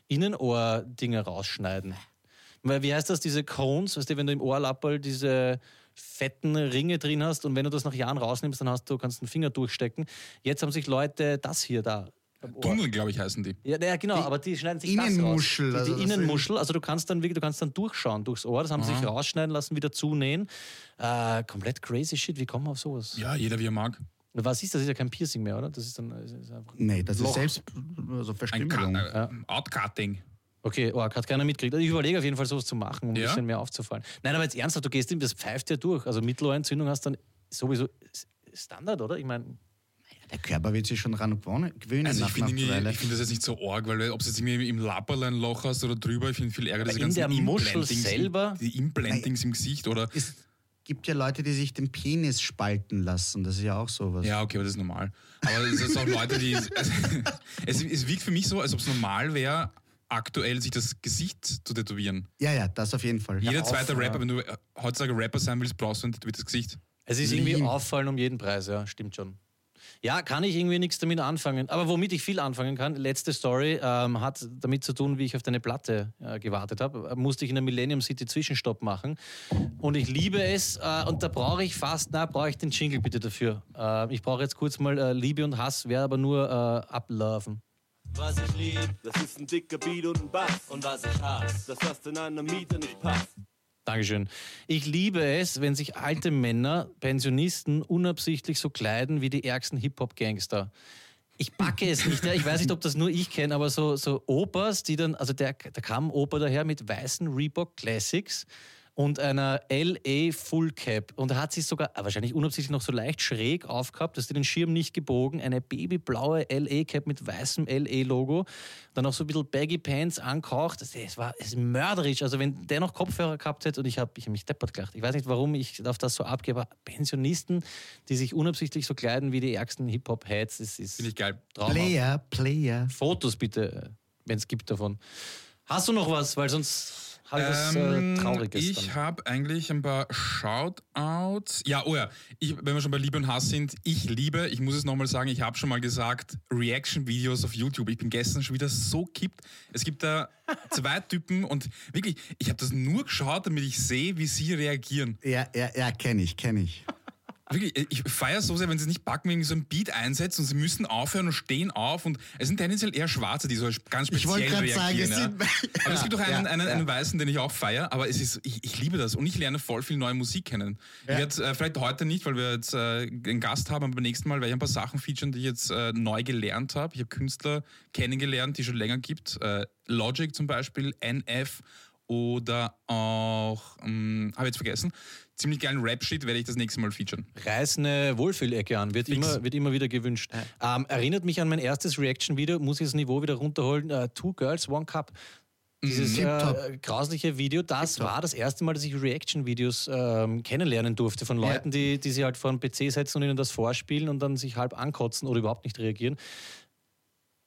A: Innenohr-Dinge rausschneiden. Weil, wie heißt das, diese Cones, weißt du, wenn du im Ohrlappel diese fetten Ringe drin hast und wenn du das nach Jahren rausnimmst, dann hast du, kannst du einen Finger durchstecken. Jetzt haben sich Leute das hier da. am Ohr.
B: Tunnel, glaube ich, heißen die.
A: Ja, naja, genau, aber die schneiden sich
C: Innenmuschel,
A: das raus. Die,
C: also
A: die
C: das
A: Innenmuschel, also du kannst dann wirklich, du kannst dann durchschauen durchs Ohr, das haben sie sich rausschneiden lassen, wieder zunähen. Äh, komplett crazy shit, wie kommen wir auf sowas?
B: Ja, jeder wie er mag.
A: Was ist das? Das ist ja kein Piercing mehr, oder? Das ist dann das ist einfach
C: Nee, das
A: Loch.
C: ist selbst also
B: Ein Ka
C: Verstümmelung.
B: äh, Outcutting.
A: Okay, oh, hat keiner mitgekriegt. Also Ich überlege auf jeden Fall sowas zu machen, um ein
B: Ja?
A: bisschen mehr aufzufallen. Nein, aber jetzt ernsthaft, du gehst ihm, das pfeift ja durch. Also Mittelohrentzündung hast dann sowieso S- Standard, oder? Ich meine,
C: Der Körper wird sich schon ran gewohnen- gewöhnen
B: Also
C: nach
B: ich finde
C: einer Weile.
B: irgendwie- ich finde das jetzt nicht so arg, weil ob es jetzt irgendwie im Lapperl ein Loch hast oder drüber, ich finde viel ärger, diese
A: in der Muschel
B: Implantings-
A: selber?
B: Die Implantings im Gesicht oder...
C: Es gibt ja Leute, die sich den Penis spalten lassen. Das ist ja auch sowas.
B: Ja, okay, aber das ist normal. Aber es sind auch Leute, die... Also, es, es wirkt für mich so, als ob es normal wäre, aktuell sich das Gesicht zu tätowieren.
C: ja, ja, das auf jeden Fall.
B: Jeder
C: ja,
B: zweite
A: ja.
B: Rapper, wenn du äh, heutzutage Rapper sein willst, brauchst du ein tätowiertes Gesicht.
A: es ist irgendwie
C: Lean.
A: auffallen um jeden Preis, ja, stimmt schon. Ja, kann ich irgendwie nichts damit anfangen. Aber womit ich viel anfangen kann, letzte Story, ähm, hat damit zu tun, wie ich auf deine Platte äh, gewartet habe. Äh, Musste ich in der Millennium City Zwischenstopp machen. Und ich liebe es. Äh, und da brauche ich fast, na, brauche ich den Jingle bitte dafür. Äh, ich brauche jetzt kurz mal äh, Liebe und Hass, wäre aber nur äh, Ablaufen.
D: Was ich lieb, das ist ein dicker Beat und ein Bass. Und was ich hasse, dass das in einer Miete nicht passt.
A: Dankeschön. Ich liebe es, wenn sich alte Männer, Pensionisten, unabsichtlich so kleiden wie die ärgsten Hip-Hop-Gangster. Ich packe es nicht. Ja. Ich weiß nicht, ob das nur ich kenne, aber so, so Opas, die dann, also der, der kam ein Opa daher mit weißen Reebok Classics und einer LA Full Cap. Und er hat sich sogar, ah, wahrscheinlich unabsichtlich noch so leicht schräg aufgehabt, dass die den Schirm nicht gebogen, eine babyblaue LA Cap mit weißem LA Logo, dann auch so ein bisschen Baggy Pants ankaucht. Das, das war es ist mörderisch. Also wenn der noch Kopfhörer gehabt hätte und ich habe ich hab mich deppert gelacht. Ich weiß nicht, warum ich auf das so abgebe, aber Pensionisten, die sich unabsichtlich so kleiden wie die ärgsten Hip-Hop-Heads, das ist
B: Finde ich geil.
A: Trauma.
C: Player, Player.
A: Fotos bitte, wenn es gibt davon. Hast du noch was? Weil sonst habe ich was
B: Ähm,
A: äh, Trauriges.
B: ich
A: dann.
B: habe eigentlich ein paar Shoutouts. Ja, oh ja, ich, wenn wir schon bei Liebe und Hass sind, ich liebe, ich muss es nochmal sagen, ich habe schon mal gesagt, Reaction-Videos auf YouTube. Ich bin gestern schon wieder so kippt. Es gibt da zwei Typen und wirklich, ich habe das nur geschaut, damit ich sehe, wie sie reagieren.
C: Ja, ja, ja, kenne ich, kenne ich.
B: Wirklich, ich feiere so sehr, wenn sie es nicht backen, wenn sie so ein Beat einsetzen und sie müssen aufhören und stehen auf. Und es sind tendenziell eher Schwarze, die so ganz
C: Ich
B: speziell
C: wollte gerade
B: reagieren.
C: sagen, es
B: ja.
C: sind.
B: Aber es gibt auch einen,
C: Ja,
B: einen,
C: ja.
B: einen Weißen, den ich auch feiere, aber es ist, ich, ich liebe das und ich lerne voll viel neue Musik kennen. Ich werde äh, vielleicht heute nicht, weil wir jetzt äh, einen Gast haben, aber beim nächsten Mal werde ich ein paar Sachen featuren, die ich jetzt äh, neu gelernt habe. Ich habe Künstler kennengelernt, die schon länger gibt. Äh, Logic zum Beispiel, NF oder auch, ähm, habe jetzt vergessen, ziemlich geilen Rap-Shit werde ich das nächste Mal featuren.
A: Reiß eine Wohlfühlecke an, wird immer, wird immer wieder gewünscht. Ähm, erinnert mich an mein erstes Reaction-Video, muss ich das Niveau wieder runterholen, äh, Two Girls, One Cup.
B: Mhm.
A: Dieses
C: Tipptopp.
A: äh, grausliche Video, das war das erste Mal, dass ich Reaction-Videos ähm, kennenlernen durfte von Leuten, die, die sich halt vor den PC setzen und ihnen das vorspielen und dann sich halb ankotzen oder überhaupt nicht reagieren.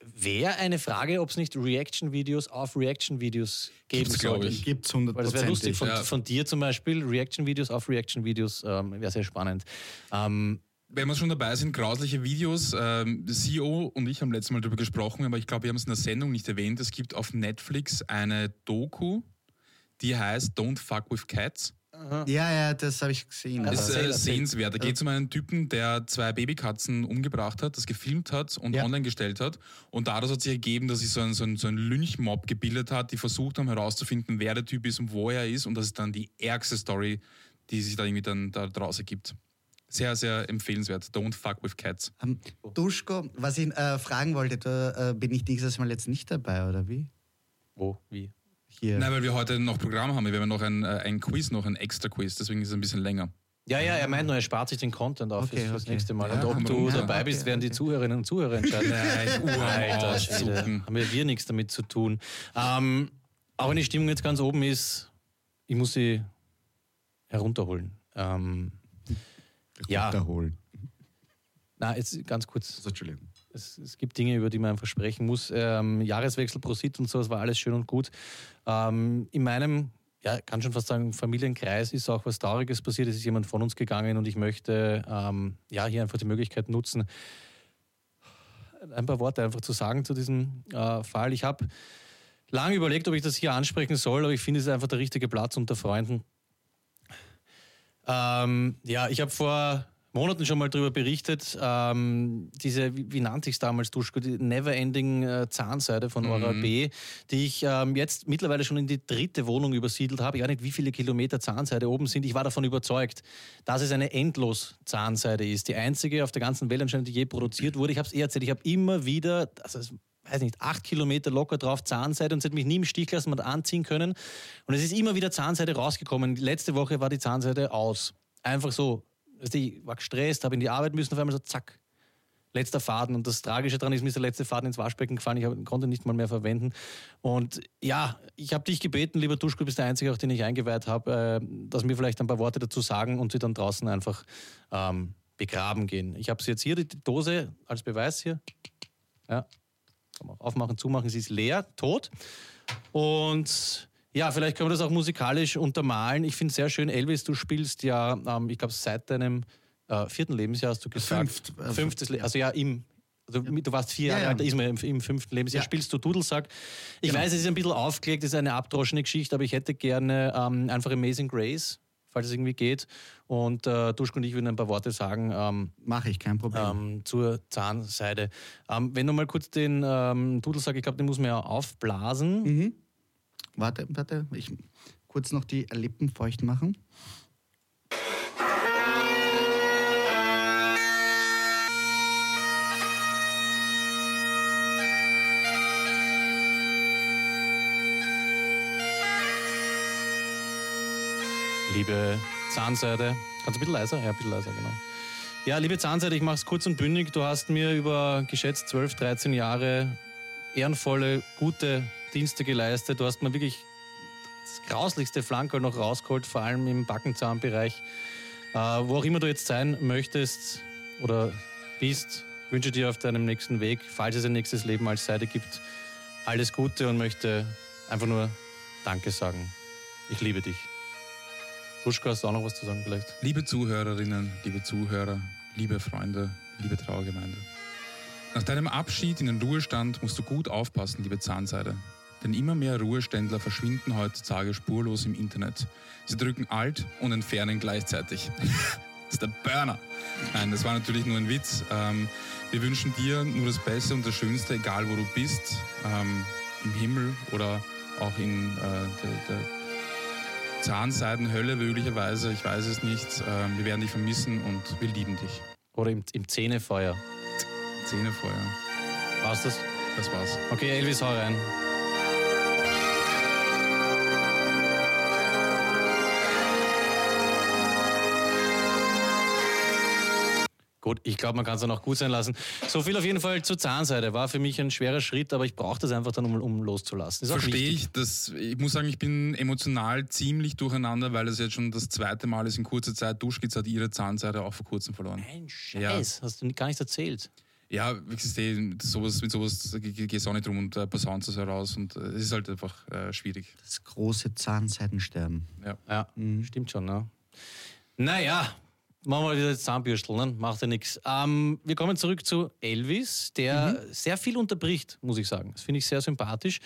A: Wäre eine Frage, ob es nicht Reaction-Videos auf Reaction-Videos geben
B: Gibt's, glaub
A: sollte.
B: ich.
C: Gibt es
A: Weil das wäre lustig
C: hundertprozentig.
A: von,
B: Ja.
A: von dir zum Beispiel, Reaction-Videos auf Reaction-Videos, ähm, wäre sehr spannend. Ähm,
B: Wenn wir schon dabei sind, grausliche Videos. Ähm, CEO und ich haben letztes Mal darüber gesprochen, aber ich glaube, wir haben es in der Sendung nicht erwähnt. Es gibt auf Netflix eine Doku, die heißt Don't Fuck with Cats.
A: ne?
C: Ja, ja, das habe ich gesehen.
A: Also-
B: Das ist
C: aber-
A: Erzähl,
B: äh,
A: erzähl.
B: sehenswert. Da geht es um einen Typen, der zwei Babykatzen umgebracht hat, das gefilmt hat und
C: Ja.
B: online gestellt hat. Und daraus hat sich ergeben, dass sich so ein, so ein, so ein Lynchmob gebildet hat, die versucht haben herauszufinden, wer der Typ ist und wo er ist. Und das ist dann die ärgste Story, die sich da irgendwie dann da draus ergibt. Sehr, sehr empfehlenswert. Don't fuck with cats.
C: Ähm, Duschko, was ich äh, fragen wollte, da äh, bin ich nächstes Mal jetzt nicht dabei, oder wie?
A: wo? Wie?
C: Hier.
B: Nein, weil wir heute noch Programm haben. Wir haben noch ein, äh, ein Quiz, noch ein extra Quiz, deswegen ist es ein bisschen länger.
A: Ja, ja, er meint nur, er spart sich den Content auf
C: Okay,
A: fürs- fürs
C: okay.
A: nächste Mal. und
B: Ja,
A: ob
B: aber
A: du
B: runter.
A: dabei bist,
C: Okay,
A: werden die Zuhörerinnen und Zuhörer entscheiden.
B: Nein,
A: Äh, Alter Schwede,
B: auszucken.
A: haben wir, wir nichts damit zu tun. Ähm, auch wenn die Stimmung jetzt ganz oben ist, ich muss sie herunterholen. Ähm, ja,
C: Wiederholen.
A: na, jetzt ganz kurz.
C: Also, Entschuldigung.
A: es, es gibt Dinge, über die man einfach sprechen muss. Ähm, Jahreswechsel, Prosit und so, das war alles schön und gut. Ähm, in meinem, ja, kann schon fast sagen, Familienkreis ist auch was Trauriges passiert. Es ist jemand von uns gegangen und ich möchte ähm, ja hier einfach die Möglichkeit nutzen, ein paar Worte einfach zu sagen zu diesem äh, Fall. Ich habe lange überlegt, ob ich das hier ansprechen soll, aber ich finde es ist einfach der richtige Platz unter Freunden. Ähm, ja, ich habe vor Monaten schon mal darüber berichtet, ähm, diese, wie, wie nannte ich es damals, Duschko, die Never-Ending äh, Zahnseide von Oral B, die ich ähm, jetzt mittlerweile schon in die dritte Wohnung übersiedelt habe. Ich weiß nicht, wie viele Kilometer Zahnseide oben sind. Ich war davon überzeugt, dass es eine endlos Zahnseide ist. Die einzige auf der ganzen Welt anscheinend, die je produziert wurde. Ich habe es eh erzählt, ich habe immer wieder, also es weiß nicht, acht Kilometer locker drauf Zahnseide und sie hat mich nie im Stich gelassen und anziehen können. Und es ist immer wieder Zahnseide rausgekommen. Letzte Woche war die Zahnseide aus. Einfach so. Weißt du, Ich war gestresst, habe in die Arbeit müssen, auf einmal so zack, letzter Faden. Und das Tragische daran ist, mir ist der letzte Faden ins Waschbecken gefallen. Ich hab, konnte ihn nicht mal mehr verwenden. Und ja, ich habe dich gebeten, lieber Duschko, du bist der Einzige, auch den ich eingeweiht habe, äh, dass mir vielleicht ein paar Worte dazu sagen und sie dann draußen einfach ähm, begraben gehen. Ich habe sie jetzt hier, die die Dose als Beweis hier. Ja. Kann man auch Aufmachen, zumachen, sie ist leer, tot. Und ja, vielleicht können wir das auch musikalisch untermalen. Ich finde sehr schön, Elvis, du spielst ja, ähm, ich glaube, seit deinem äh, vierten Lebensjahr hast du gesagt.
C: Fünft, also-
A: Fünftes Le Also ja, im. Also, Du warst vier
C: Ja,
A: Jahre
C: ja.
A: alt, da ist man im, im fünften Lebensjahr.
C: Ja. Genau.
A: Spielst du Dudelsack? Ich weiß, es ist ein bisschen aufgelegt, es ist eine abdroschene Geschichte, aber ich hätte gerne ähm, einfach Amazing Grace, falls es irgendwie geht. Und äh, Duschko und ich würden ein paar Worte sagen. Ähm,
C: Mache ich, kein Problem.
A: ähm, zur Zahnseide. Ähm, wenn du mal kurz den ähm, Dudelsack, ich glaube, den muss man ja aufblasen.
C: Warte, warte. Ich kurz noch die Lippen feucht machen.
A: Liebe Zahnseide, kannst du ein bisschen leiser? Ja, ein bisschen leiser, genau. Ja, liebe Zahnseide, ich mache es kurz und bündig. Du hast mir über geschätzt 12, 13 Jahre ehrenvolle, gute Dienste geleistet. Du hast mir wirklich das grauslichste Flankerl noch rausgeholt, vor allem im Backenzahnbereich. Äh, wo auch immer du jetzt sein möchtest oder bist, wünsche dir auf deinem nächsten Weg, falls es ein nächstes Leben als Seide gibt, alles Gute und möchte einfach nur Danke sagen. Ich liebe dich. Buschka, hast du auch noch was zu sagen vielleicht?
B: Liebe Zuhörerinnen, liebe Zuhörer, liebe Freunde, liebe Trauergemeinde. Nach deinem Abschied in den Ruhestand musst du gut aufpassen, liebe Zahnseide. Denn immer mehr Ruheständler verschwinden heutzutage spurlos im Internet. Sie drücken Alt und entfernen gleichzeitig. das ist der Burner. Nein, das war natürlich nur ein Witz. Ähm, wir wünschen dir nur das Beste und das Schönste, egal wo du bist, ähm, im Himmel oder auch in äh, der, der Zahnseidenhölle möglicherweise, ich weiß es nicht. Ähm, wir werden dich vermissen und wir lieben dich.
A: Oder im, im Zähnefeuer.
B: Zähnefeuer,
A: War's das?
B: das war's.
A: Okay, Elvis, hau rein. Gut, ich glaube, man kann es dann auch gut sein lassen. So viel auf jeden Fall zur Zahnseide. War für mich ein schwerer Schritt, aber ich brauche das einfach dann, um, um loszulassen. Ist auch
B: Verstehe
A: wichtig.
B: ich. Das, ich muss sagen, ich bin emotional ziemlich durcheinander, weil es jetzt schon das zweite Mal ist in kurzer Zeit. Duschkitz hat ihre Zahnseite auch vor kurzem verloren.
A: Nein, Scheiß, hast du ni- gar nichts erzählt.
B: Ja, ich sehe, sowas, mit sowas geht es auch nicht drum und äh, posaunt es heraus und äh, es ist halt einfach äh, schwierig.
C: Das große Zahnseidensterben.
A: Ja, stimmt schon, ne? Naja, machen wir wieder das Zahnbürstel, ne? macht ja nichts. Ähm, wir kommen zurück zu Elvis, der sehr viel unterbricht, muss ich sagen. Das finde ich sehr sympathisch.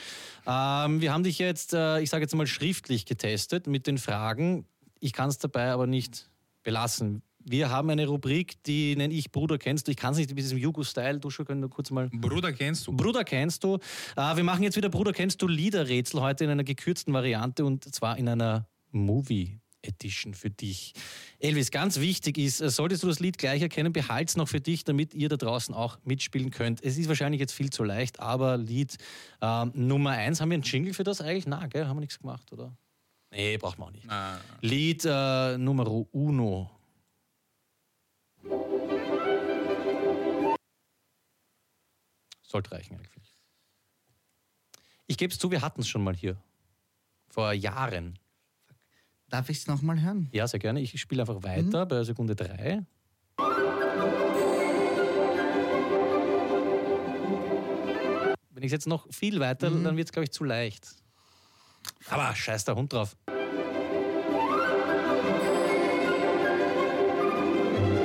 A: Ähm, wir haben dich jetzt, äh, ich sage jetzt mal, schriftlich getestet mit den Fragen. Ich kann es dabei aber nicht belassen. Wir haben eine Rubrik, die nenne ich Bruder kennst du. Ich kann es nicht mit diesem Jugo-Style. Du schon können du kurz mal
B: Bruder, kennst du?
A: Bruder kennst du. Äh, wir machen jetzt wieder Bruder kennst du Liederrätsel heute in einer gekürzten Variante und zwar in einer Movie. Edition für dich. Elvis, ganz wichtig ist, äh, solltest du das Lied gleich erkennen, behalt's noch für dich, damit ihr da draußen auch mitspielen könnt. Es ist wahrscheinlich jetzt viel zu leicht, aber Lied ähm, Nummer eins, haben wir einen Jingle für das eigentlich? Na, gell, haben wir nichts gemacht, oder? Nee, braucht man auch nicht.
B: Ah,
A: Lied äh, Numero Uno. Sollte reichen, eigentlich. finde ich. Ich gebe es zu, wir hatten es schon mal hier. Vor Jahren.
C: Darf ich es nochmal hören?
A: Ja, sehr gerne. Ich spiele einfach weiter bei Sekunde 3. Wenn ich es jetzt noch viel weiter, dann wird es, glaube ich, zu leicht. Aber scheiß der Hund drauf.
B: Beethoven.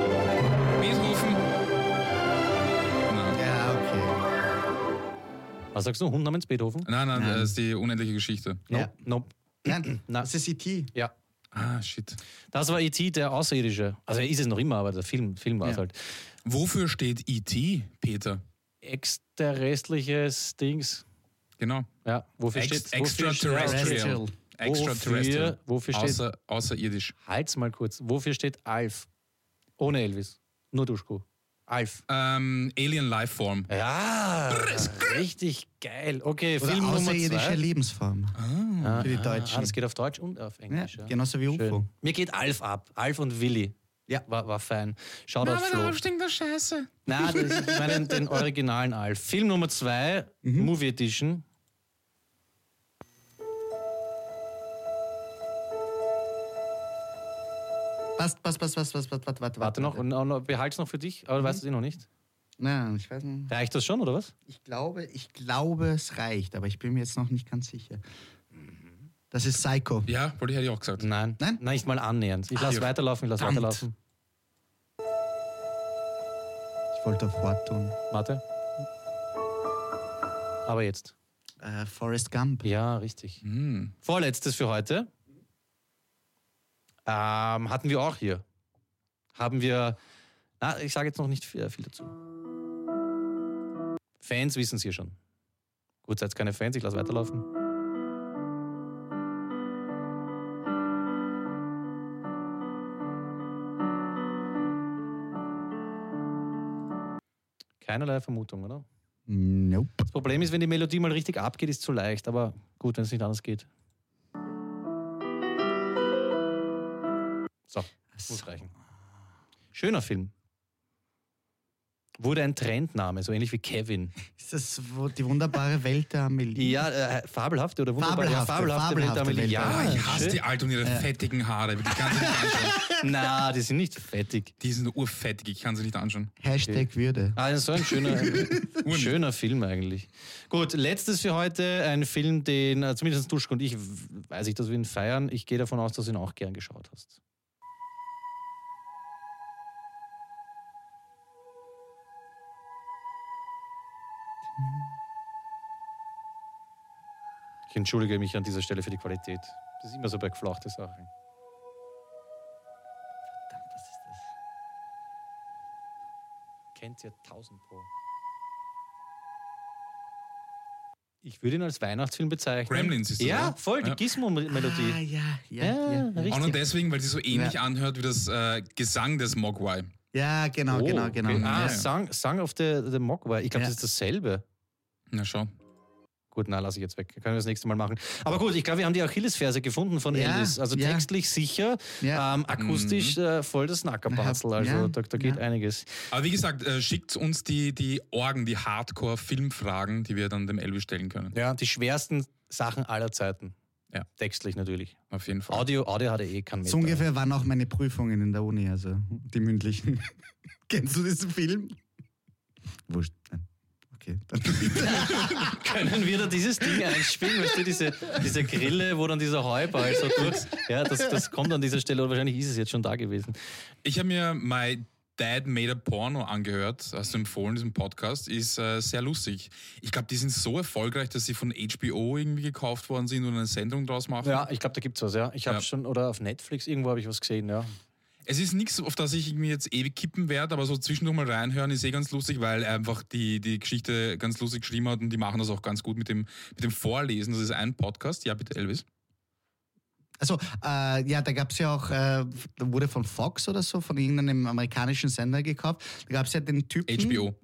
B: Nein,
C: Ja, okay.
A: Was sagst du? Hund namens Beethoven?
B: nein, nein, das ist die unendliche Geschichte.
C: Ja.
A: Nope.
C: Nein,
A: Na.
C: das ist E E.T.
A: Ja.
B: Ah, shit.
A: Das war E.T., der Außerirdische. Also er ist es noch immer, aber der Film, Film war es
C: Ja.
A: halt.
B: Wofür steht IT, Peter?
A: Exterrestliches Dings.
B: Genau.
A: Ja, wofür
B: Ex-
A: steht wofür steht-
B: extraterrestrial. Extraterrestrial.
A: Wofür- wofür steht-
B: Außer, außerirdisch.
A: Halt's mal kurz. Wofür steht ALF? Ohne Elvis. Nur Duschko. ALF.
B: Ähm, Alien Lifeform.
A: Äh, Ja, richtig geil. Okay,
C: Oder
A: Film Nummer
C: außerirdische
A: zwei.
C: Lebensform.
A: Ah,
C: für die
A: ah,
C: Deutschen.
A: Ah, das geht auf Deutsch und auf
C: Ja, genau.
A: Englisch. Ja,
C: genauso wie
A: Schön.
C: UFO.
A: Mir geht Alf ab. Alf und Willi.
C: Ja.
A: War, war fein. Shoutout Flo.
B: stinkender Scheiße.
A: Nein, das, ich meine den originalen Alf. Film Nummer 2, Movie Edition.
C: Passt, passt, passt, passt, passt, passt, passt, passt.
A: Warte noch, und auch noch- behalt's noch für dich, aber weißt du den noch nicht?
C: Nein, ich weiß nicht.
A: Reicht das schon, oder was?
C: Ich glaube, ich glaube, es reicht, aber ich bin mir jetzt noch nicht ganz sicher. Das ist Psycho.
B: Ja, wollte ich hätte ich auch gesagt.
A: Nein.
C: Nein?
A: Nein, nicht mal annähernd. Ich lasse
B: ja.
A: weiterlaufen, ich lasse
B: Verdammt.
A: weiterlaufen.
C: Ich wollte auf Wort tun.
A: Warte. Aber jetzt.
C: Äh, Forrest Gump.
A: Ja, richtig.
B: Hm.
A: Vorletztes für heute. Ähm, hatten wir auch hier. Haben wir. Na, ich sage jetzt noch nicht viel, viel dazu. Fans wissen es hier schon. Gut, seid keine Fans, ich lasse weiterlaufen. Keinerlei Vermutung, oder?
C: Nope.
A: Das Problem ist, wenn die Melodie mal richtig abgeht, ist es zu leicht. Aber gut, wenn es nicht anders geht. So, muss reichen. Schöner Film. Wurde ein Trendname, so ähnlich wie Kevin.
C: Ist das wo- die wunderbare Welt der Amelie?
A: Ja, äh, fabelhafte oder wunderbare ja,
C: Fabelhafte,
A: fabelhafte,
C: fabelhafte
A: Welt der
C: Welt
A: Amelie.
C: der
A: Ah, Ja,
B: Ah, Ich hasse die
A: schön.
B: Alte und ihre fettigen Haare. Ich kann sie nicht anschauen.
A: Na, die sind nicht fettig.
B: Die sind urfettig, ich kann sie nicht anschauen.
C: Hashtag Würde.
A: Ah, so ein schöner, ein schöner Film eigentlich. Gut, letztes für heute ein Film, den äh, zumindest Duschko und ich, w- weiß ich, dass wir ihn feiern. Ich gehe davon aus, dass du ihn auch gern geschaut hast. Ich entschuldige mich an dieser Stelle für die Qualität. Das ist immer so bei geflauchte Sachen. Kennt ihr 1000 Pro. Ich würde ihn als Weihnachtsfilm bezeichnen.
B: Gremlins ist das,
A: Ja,
B: oder?
A: voll, die
B: Ja.
A: Gizmo-Melodie.
C: Ah, ja, ja,
A: Ja,
C: ja. Ja,
A: richtig.
B: Auch nur deswegen, weil sie so ähnlich anhört wie das äh, Gesang des Mogwai.
C: ja genau,
A: Oh,
C: genau, genau.
A: Okay. Ah,
B: Ja.
A: Song, Song of the, the Mogwai. Ich glaube,
C: Ja.
A: das ist dasselbe.
B: Na schau.
A: Gut, na, lasse ich jetzt weg. Können wir das nächste Mal machen. Aber gut, ich glaube, wir haben die Achillesferse gefunden von
C: Ja,
A: Elvis. Also
C: ja.
A: textlich sicher,
C: Ja.
A: ähm, akustisch
B: Mhm.
A: äh, voll das Nackerbatzel.
C: Ja,
A: Also
C: ja,
A: da, da geht
C: ja.
A: einiges.
B: Aber wie gesagt, äh, schickt uns die, die Orgen, die Hardcore-Filmfragen, die wir dann dem Elvis stellen können.
A: Ja, die schwersten Sachen aller Zeiten.
B: Ja.
A: Textlich natürlich.
B: Auf jeden Fall.
A: Audio, Audio hat er eh kein
C: So
A: Meter.
C: ungefähr waren auch meine Prüfungen in der Uni, also die mündlichen. Kennst du diesen Film? Wurscht. Nein. Okay. Dann.
A: Können wir da dieses Ding einspielen? Weißt du, diese, diese Grille, wo dann dieser Heuball so tut? Ja, das, das kommt an dieser Stelle. Oder wahrscheinlich ist es jetzt schon da gewesen.
B: Ich habe mir My Dad Made a Porno angehört, hast du empfohlen, diesen Podcast. Ist äh, sehr lustig. Ich glaube, die sind so erfolgreich, dass sie von HBO irgendwie gekauft worden sind und eine Sendung draus machen.
A: Ja, ich glaube, da gibt es was, ja. Ich habe
B: Ja.
A: schon, oder auf Netflix irgendwo habe ich was gesehen, ja.
B: Es ist nichts, auf das ich irgendwie jetzt ewig kippen werde, aber so zwischendurch mal reinhören ist eh ganz lustig, weil er einfach die, die Geschichte ganz lustig geschrieben hat und die machen das auch ganz gut mit dem, mit dem Vorlesen. Das ist ein Podcast. Ja, bitte, Elvis.
C: Also, äh, ja, da gab es ja auch, äh, da wurde von Fox oder so, von irgendeinem amerikanischen Sender gekauft. Da gab es ja den Typen.
B: HBO.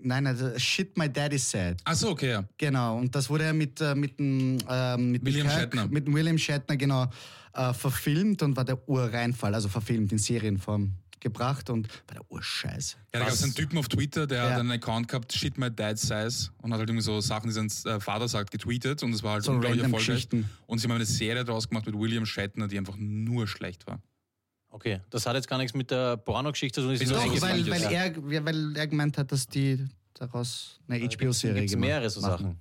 C: Nein, also Shit My Daddy Said.
B: Ach so, okay, ja.
C: Genau, und das wurde ja mit, äh, mit, dem, ähm, mit, dem
B: William
C: Kirk,
B: Shatner.
C: mit dem William Shatner genau äh, verfilmt und war der Urreinfall, also verfilmt in Serienform gebracht und war der Urscheiß.
B: Ja, da gab es einen Typen auf Twitter, der
C: Ja.
B: hat einen Account gehabt, Shit My Dad Says, und hat halt irgendwie so Sachen, die sein äh, Vater sagt, getweetet und es war halt
C: So
B: unglaublich
C: random
B: erfolgreich.
C: Geschichten.
B: Und sie haben eine Serie draus gemacht mit William Shatner, die einfach nur schlecht war.
A: Okay, das hat jetzt gar nichts mit der Pornogeschichte zu tun.
B: Ist
A: nur
B: doch,
A: ein
C: Doch, weil,
B: manches,
A: Gedanke.
C: weil,
B: ja.
C: er, ja, weil er gemeint hat, dass die daraus eine
A: Da
C: HBO-Serie
A: gibt's
C: gemacht
A: mehrere so
C: machen.
A: Sachen.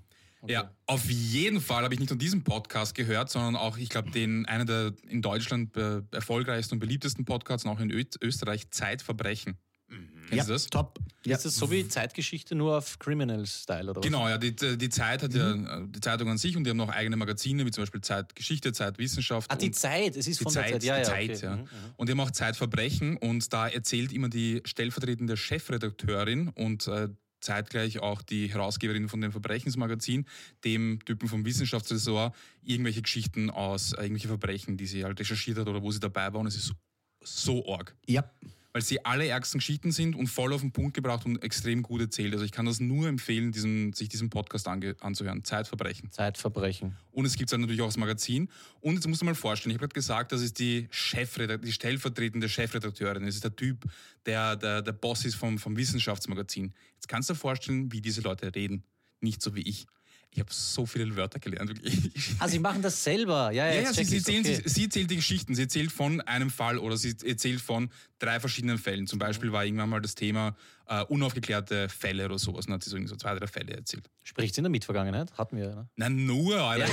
B: Ja, auf jeden Fall habe ich nicht nur diesen Podcast gehört, sondern auch, ich glaube, den einer der in Deutschland äh, erfolgreichsten und beliebtesten Podcasts und auch in Ö Österreich Zeitverbrechen.
C: Mhm. Ja,
B: Kennst du das?
C: top. Ja.
A: Ist das so wie Zeitgeschichte nur auf Criminal-Style oder was?
B: Genau, ja, die, die Zeit hat
C: Mhm.
B: ja äh, die Zeitung an sich und die haben noch eigene Magazine, wie zum Beispiel Zeitgeschichte, Zeitwissenschaft.
A: Ah, die
B: und-
A: Zeit, es ist
B: die
A: von
B: Zeit,
A: der Zeit. Ja,
B: die
A: ja,
B: Zeit,
A: okay.
B: ja.
A: Mhm.
B: Und die haben auch Zeitverbrechen und da erzählt immer die stellvertretende Chefredakteurin und äh, zeitgleich auch die Herausgeberin von dem Verbrechensmagazin, dem Typen vom Wissenschaftsressort, irgendwelche Geschichten aus äh, irgendwelche Verbrechen, die sie halt recherchiert hat oder wo sie dabei war und es ist so arg.
C: Ja.
B: Weil sie alle ärgsten Geschichten sind und voll auf den Punkt gebracht und extrem gut erzählt. Also ich kann das nur empfehlen, diesen, sich diesen Podcast ange, anzuhören. Zeitverbrechen.
A: Zeitverbrechen.
B: Und es gibt dann natürlich auch das Magazin. Und jetzt musst du mal vorstellen, ich habe gerade gesagt, das ist die Chefredakt die stellvertretende Chefredakteurin. Das ist der Typ, der der, der Boss ist vom, vom Wissenschaftsmagazin. Jetzt kannst du dir vorstellen, wie diese Leute reden. Nicht so wie ich. Ich habe so viele Wörter gelernt. wirklich.
A: Ah, sie machen das selber. Ja, ja,
B: Ja,
A: jetzt
B: ja, sie,
A: check
B: sie,
A: ich's,
B: erzählen,
A: okay.
B: sie, sie erzählt die Geschichten. Sie erzählt von einem Fall oder sie erzählt von drei verschiedenen Fällen.
A: Mhm.
B: Zum Beispiel war irgendwann mal das Thema äh, unaufgeklärte Fälle oder sowas. Und dann hat sie so, irgendwie so zwei, drei Fälle erzählt.
A: Spricht sie in der Mitvergangenheit? Hatten wir, ne?
B: Na nur, Alter.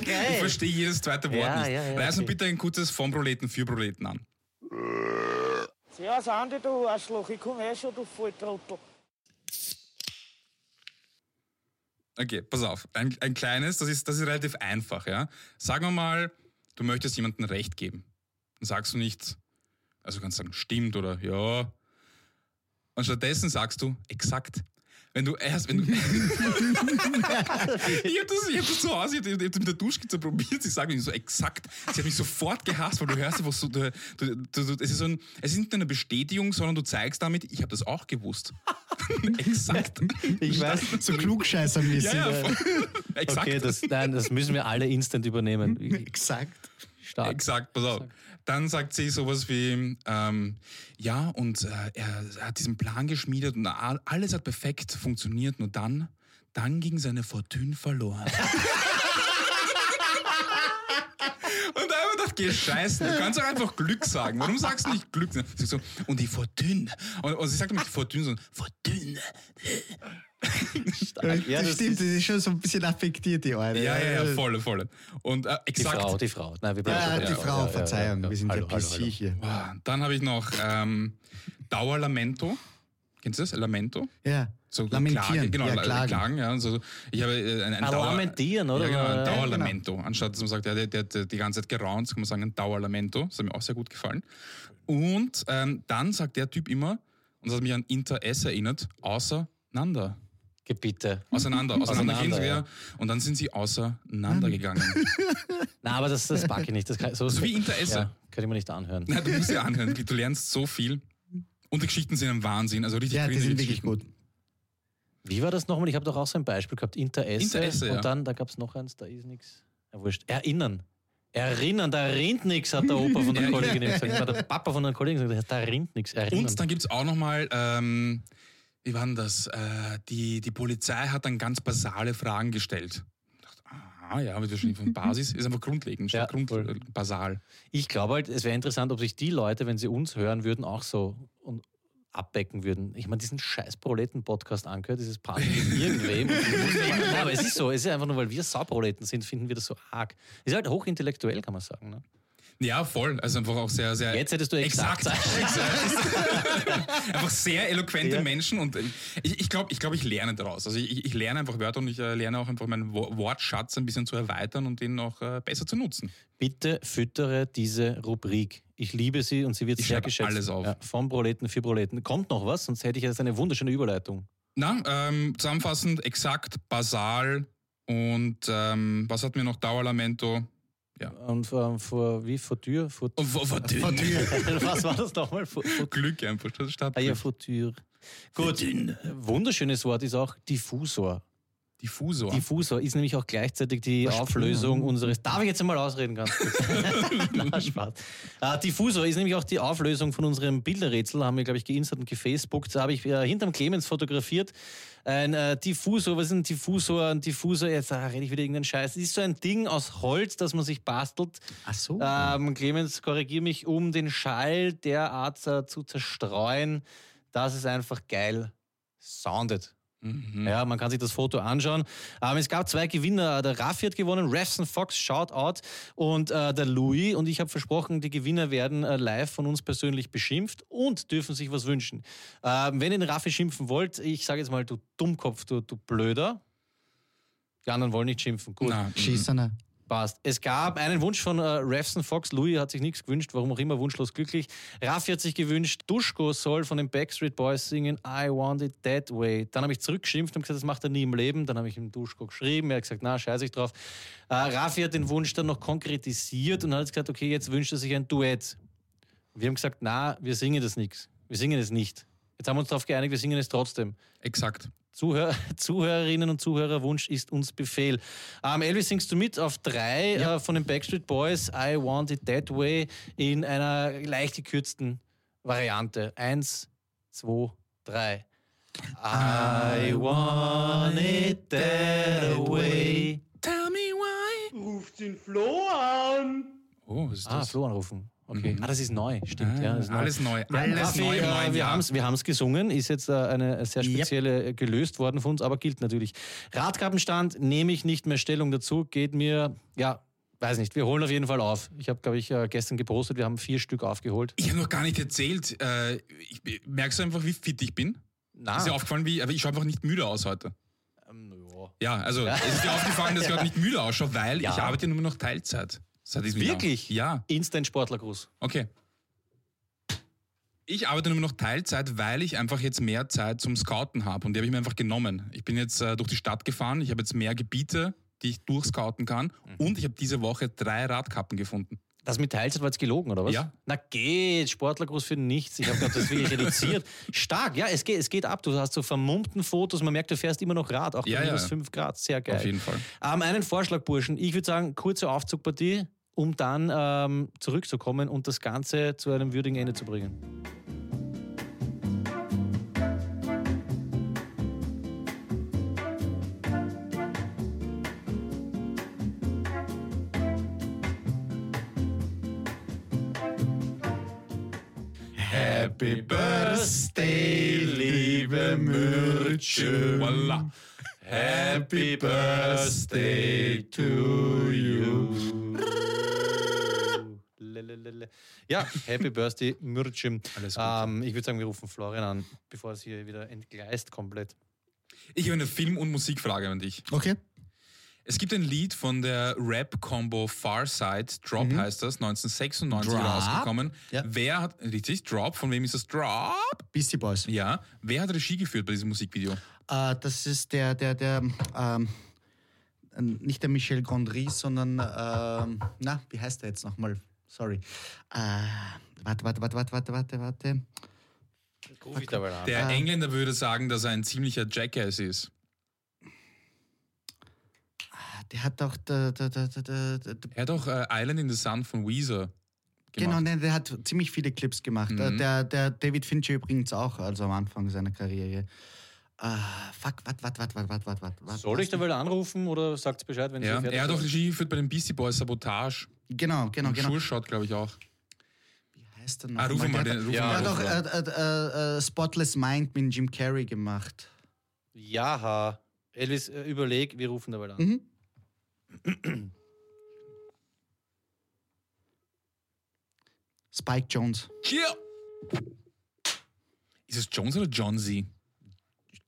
B: Ich
A: Geil.
B: verstehe jedes zweite Wort
A: Ja,
B: nicht.
A: ja, ja,
B: Reiß mir
A: okay.
B: bitte ein kurzes vom Proleten für Proleten an.
E: Servus, Andi, du Arschloch, ich komm eh schon, du Volltrottel.
B: Okay, pass auf. Ein, ein kleines, das ist, das ist relativ einfach, ja. Sagen wir mal, du möchtest jemandem Recht geben. Dann sagst du nicht, also du kannst sagen, stimmt oder ja. Und stattdessen sagst du, exakt. Wenn du erst, wenn du. ich hab das, ich hab das zu Hause, ich hab, ich hab das mit der Duschkizze probiert, sie sagen mir so exakt. Sie hat mich sofort gehasst, weil du hörst einfach so, du, du, du, du, es, ist so ein, es ist nicht nur eine Bestätigung, sondern du zeigst damit, ich habe das auch gewusst. exakt.
A: Ich weiß.
C: So klugscheißermäßig.
B: Ja, ja, voll. Exakt. Mhm.
A: Okay, das, nein, das müssen wir alle instant übernehmen.
C: Exakt.
A: Stark.
B: Exakt, pass auf. Dann sagt sie sowas wie, ähm, ja, und äh, er hat diesen Plan geschmiedet und a- alles hat perfekt funktioniert, nur dann, dann ging seine Fortune verloren. Und da habe ich mir gedacht, geh scheißen, du kannst doch einfach Glück sagen. Warum sagst du nicht Glück? Sie sagt so, und die Fortune. Und, und sie sagt nicht Fortune, sondern Fortune.
A: Ja,
C: das,
A: das
C: stimmt, das ist schon so ein bisschen affektiert, die Eure.
B: Ja, ja, ja, volle, volle. Und äh,
A: Die
B: exakt
A: Frau, die Frau. Nein, wir bleiben
C: Ja,
A: bei
C: Ah, die
A: der
C: Frau, Verzeihung, wir sind ja PC hier.
B: Boah, Dann habe ich noch ähm, Dauerlamento. Kennst du das? Lamento?
C: Ja,
B: So Klage,
C: lamentieren.
B: genau,
C: ja,
B: la-
C: klagen.
B: Klagen, ja. Also, ich habe äh, ein, ein
A: Ah,
B: Dauer,
A: lamentieren, oder?
B: Ja, genau,
A: Ja,
B: ein
A: genau.
B: Dauerlamento. Anstatt dass man sagt, ja, der, der hat äh, die ganze Zeit geraunt, kann man sagen, ein Dauerlamento. Das hat mir auch sehr gut gefallen. Und ähm, dann sagt der Typ immer, und das hat mich an Inter S erinnert, auseinander.
A: Gebiete.
B: Auseinander, auseinander, gehen sie
A: Auseinander, ja.
B: wieder. Und dann sind sie auseinandergegangen.
A: Nein, aber das, das packe ich nicht. Das kann, so,
B: So wie Interesse.
A: Ja, könnte ich mir nicht anhören.
B: Na, du musst ja anhören, du lernst so viel. Und die Geschichten sind ein Wahnsinn, also richtig
C: Ja, die
B: cringe
C: sind wirklich
B: Geschichten.
C: gut.
A: Wie war das nochmal? Ich habe doch auch so ein Beispiel gehabt. Interesse.
B: Interesse,
A: und
B: ja.
A: dann, da gab es noch eins, da ist nichts. Ja, wurscht. Erinnern. Erinnern, da rinnt nichts, hat der Opa von der Kollegin gesagt. Hat der Papa von der Kollegin gesagt, da rinnt nichts. Erinnern.
B: Und dann gibt es auch nochmal, ähm, wie war denn das? Äh, die, die Polizei hat dann ganz basale Fragen gestellt. Ich dachte, Ah, ja, wird wahrscheinlich von Basis. Ist einfach grundlegend,
A: Ja,
B: statt Grund,
A: voll.
B: äh, basal.
A: Ich glaube halt, es wäre interessant, ob sich die Leute, wenn sie uns hören würden, auch so und abbecken würden. Ich meine, diesen scheiß Proleten-Podcast angehört, dieses Panel mit irgendwem. Nein, aber es ist so, es ist einfach nur, weil wir Sauproleten sind, finden wir das so arg. Ist halt hochintellektuell, kann man sagen. Ne?
B: Ja, voll. Also einfach auch sehr, sehr.
A: Jetzt hättest du exakt.
B: Exakt. einfach sehr eloquente
A: Ja.
B: Menschen und äh, ich, ich glaube, ich, glaub, ich lerne daraus. Also ich, ich lerne einfach Wörter und ich äh, lerne auch einfach meinen Wo- Wortschatz ein bisschen zu erweitern und den auch äh, besser zu nutzen.
A: Bitte füttere diese Rubrik. Ich liebe sie und sie wird
B: Ich
A: sehr
B: schreibe
A: geschätzt.
B: alles auf.
A: Ja, vom Proleten für Proleten. Kommt noch was, sonst hätte ich jetzt eine wunderschöne Überleitung.
B: Na, ähm, zusammenfassend, exakt, basal und ähm, was hatten wir noch? Dauerlamento.
A: Und ähm, vor, wie, vor Tür? Vor,
B: Und vor, vor dünn.
A: was war das nochmal? Vor, vor
B: Glück einfach. Das statt
A: Ah ja, Futur. Gut, wunderschönes Wort ist auch Diffusor.
B: Diffusor.
A: Diffusor ist nämlich auch gleichzeitig die Auflösung unseres. Darf ich jetzt einmal ausreden? Ganz kurz? Na, Spaß. Äh, Diffusor ist nämlich auch die Auflösung von unserem Bilderrätsel. Haben wir, glaube ich, geinstert und gefacebookt. Da habe ich äh, hinterm Clemens fotografiert. Ein äh, Diffusor, was ist ein Diffusor? Ein Diffusor, jetzt ah, rede ich wieder irgendeinen Scheiß. Es ist so ein Ding aus Holz, das man sich bastelt.
C: Ach so.
A: Ähm, Clemens, korrigiere mich, um den Schall derart äh, zu zerstreuen, dass es einfach geil soundet. Ja, man kann sich das Foto anschauen. Ähm, es gab zwei Gewinner. Der Raffi hat gewonnen, Refson Fox, Shoutout und äh, der Louis. Und ich habe versprochen, die Gewinner werden äh, live von uns persönlich beschimpft und dürfen sich was wünschen. Ähm, wenn ihr den Raffi schimpfen wollt, ich sage jetzt mal, du Dummkopf, du, du Blöder. Die anderen wollen nicht schimpfen. Gut.
B: Na, mm,
C: Schießener.
A: Passt. Es gab einen Wunsch von äh, Refson Fox. Louis hat sich nichts gewünscht, warum auch immer, wunschlos glücklich. Raffi hat sich gewünscht, Duschko soll von den Backstreet Boys singen I Want It That Way. Dann habe ich zurückgeschimpft und gesagt, das macht er nie im Leben. Dann habe ich ihm Duschko geschrieben. Er hat gesagt, na, scheiß ich drauf. Äh, Raffi hat den Wunsch dann noch konkretisiert und hat jetzt gesagt, okay, jetzt wünscht er sich ein Duett. Wir haben gesagt, na, wir singen das nichts. Wir singen es nicht. Jetzt haben wir uns darauf geeinigt, wir singen es trotzdem.
B: exakt.
A: Zuhör Zuhörerinnen und Zuhörerwunsch ist uns Befehl. Ähm, Elvis, singst du mit auf drei äh, von den Backstreet Boys, I Want It That Way, in einer leicht gekürzten Variante. Eins, zwei, drei. I want it that way.
B: Tell me why.
E: Ruft den Flo an!
B: Oh, was ist
A: Ah,
B: das?
A: Flo anrufen. Okay. Ah, das ist neu. Stimmt, ja. Das ist neu.
B: alles neu. Alles
A: Raffi,
B: neu im neuen
A: äh, wir
B: Jahr.
A: haben es wir haben's gesungen, ist jetzt äh, eine sehr spezielle äh, gelöst worden von uns, aber gilt natürlich. Radkappenstand nehme ich nicht mehr Stellung dazu, geht mir, ja, weiß nicht, wir holen auf jeden Fall auf. Ich habe, glaube ich, äh, gestern gepostet, wir haben vier Stück aufgeholt.
B: Ich habe noch gar nicht erzählt. Äh, ich, merkst du einfach, wie fit ich bin?
A: Na, Ähm,
B: Ist dir aufgefallen, wie, aber ich schaue einfach nicht müde aus heute. Ja, also es ist dir aufgefallen, dass ich heute nicht müde ausschaue, weil
A: Ja.
B: ich arbeite nur noch Teilzeit. Seit diesem
A: Wirklich?
B: Jahr. Ja.
A: Instant Sportlergruß.
B: Okay. Ich arbeite nur noch Teilzeit, weil ich einfach jetzt mehr Zeit zum Scouten habe. Und die habe ich mir einfach genommen. Ich bin jetzt äh, durch die Stadt gefahren. Ich habe jetzt mehr Gebiete, die ich durchscouten kann. Und ich habe diese Woche drei Radkappen gefunden.
A: Das mit Teilzeit war jetzt gelogen, oder was?
B: Ja.
A: Na geht, Sportlergruß für nichts. Ich habe gerade das wirklich reduziert. Stark, ja, es geht, es geht ab. Du hast so vermummten Fotos, man merkt, du fährst immer noch Rad, auch bei
B: Ja, ja.
A: minus 5 Grad. Sehr geil.
B: Auf jeden Fall.
A: Ähm, einen Vorschlag, Burschen. Ich würde sagen, kurze Aufzugpartie. um dann ähm, zurückzukommen und das Ganze zu einem würdigen Ende zu bringen.
B: Happy
A: Birthday, liebe Mürtchen.
B: Voila. Happy Birthday to you.
A: Uh, Lelelele. Ja, Happy Birthday, Mürcim.
B: Alles Gute.
A: Ähm, ich würde sagen, wir rufen Florian an, bevor es hier wieder entgleist komplett.
B: Ich habe eine Film- und Musikfrage an dich.
C: Okay.
B: Es gibt ein Lied von der Rap-Combo Farside, Drop heißt das, 1996
C: Drop?
B: rausgekommen.
C: Ja.
B: Wer hat, richtig, Drop, von wem ist das? Drop?
C: Beastie Boys.
B: Ja, wer hat Regie geführt bei diesem Musikvideo?
C: Äh, das ist der, der, der, ähm, nicht der Michel Gondry, sondern, ähm, na, wie heißt der jetzt nochmal? Sorry. Äh, warte, warte, warte, warte, warte, warte, warte.
A: Ruf ich dabei an.
B: Der Engländer würde sagen, dass er ein ziemlicher Jackass ist.
C: Ah, Der hat doch, der, der, der, der, der, der,
B: Er hat auch äh, Island in the Sun von Weezer
C: genau,
B: gemacht. Mhm.
C: nein, der hat ziemlich viele Clips gemacht. Äh, Der, der David Fincher übrigens auch, also am Anfang seiner Karriere. Äh, fuck, warte, warte, warte, warte, warte, warte, warte.
A: Soll ich dabei anrufen oder sagt Bescheid, wenn
B: Ja,
A: sie fertig
B: er hat auch
A: sind?
B: Regie geführt bei den Beastie Boys Sabotage.
C: Genau, genau,
B: Genau.
C: genau.
B: Schulshot, glaube ich auch.
C: Wie heißt der noch?
B: Ah, ruf mal
C: Der
B: den-
C: hat-
B: ruf
C: der
A: mal
C: hat
A: ruf
C: auch äh, äh, äh, Spotless Mind mit Jim Carrey gemacht.
A: Ja, ha. Elvis, äh, überleg, wir rufen dabei an.
C: Mhm. Spike Jones.
B: Yeah. Ist es Jones oder John Z?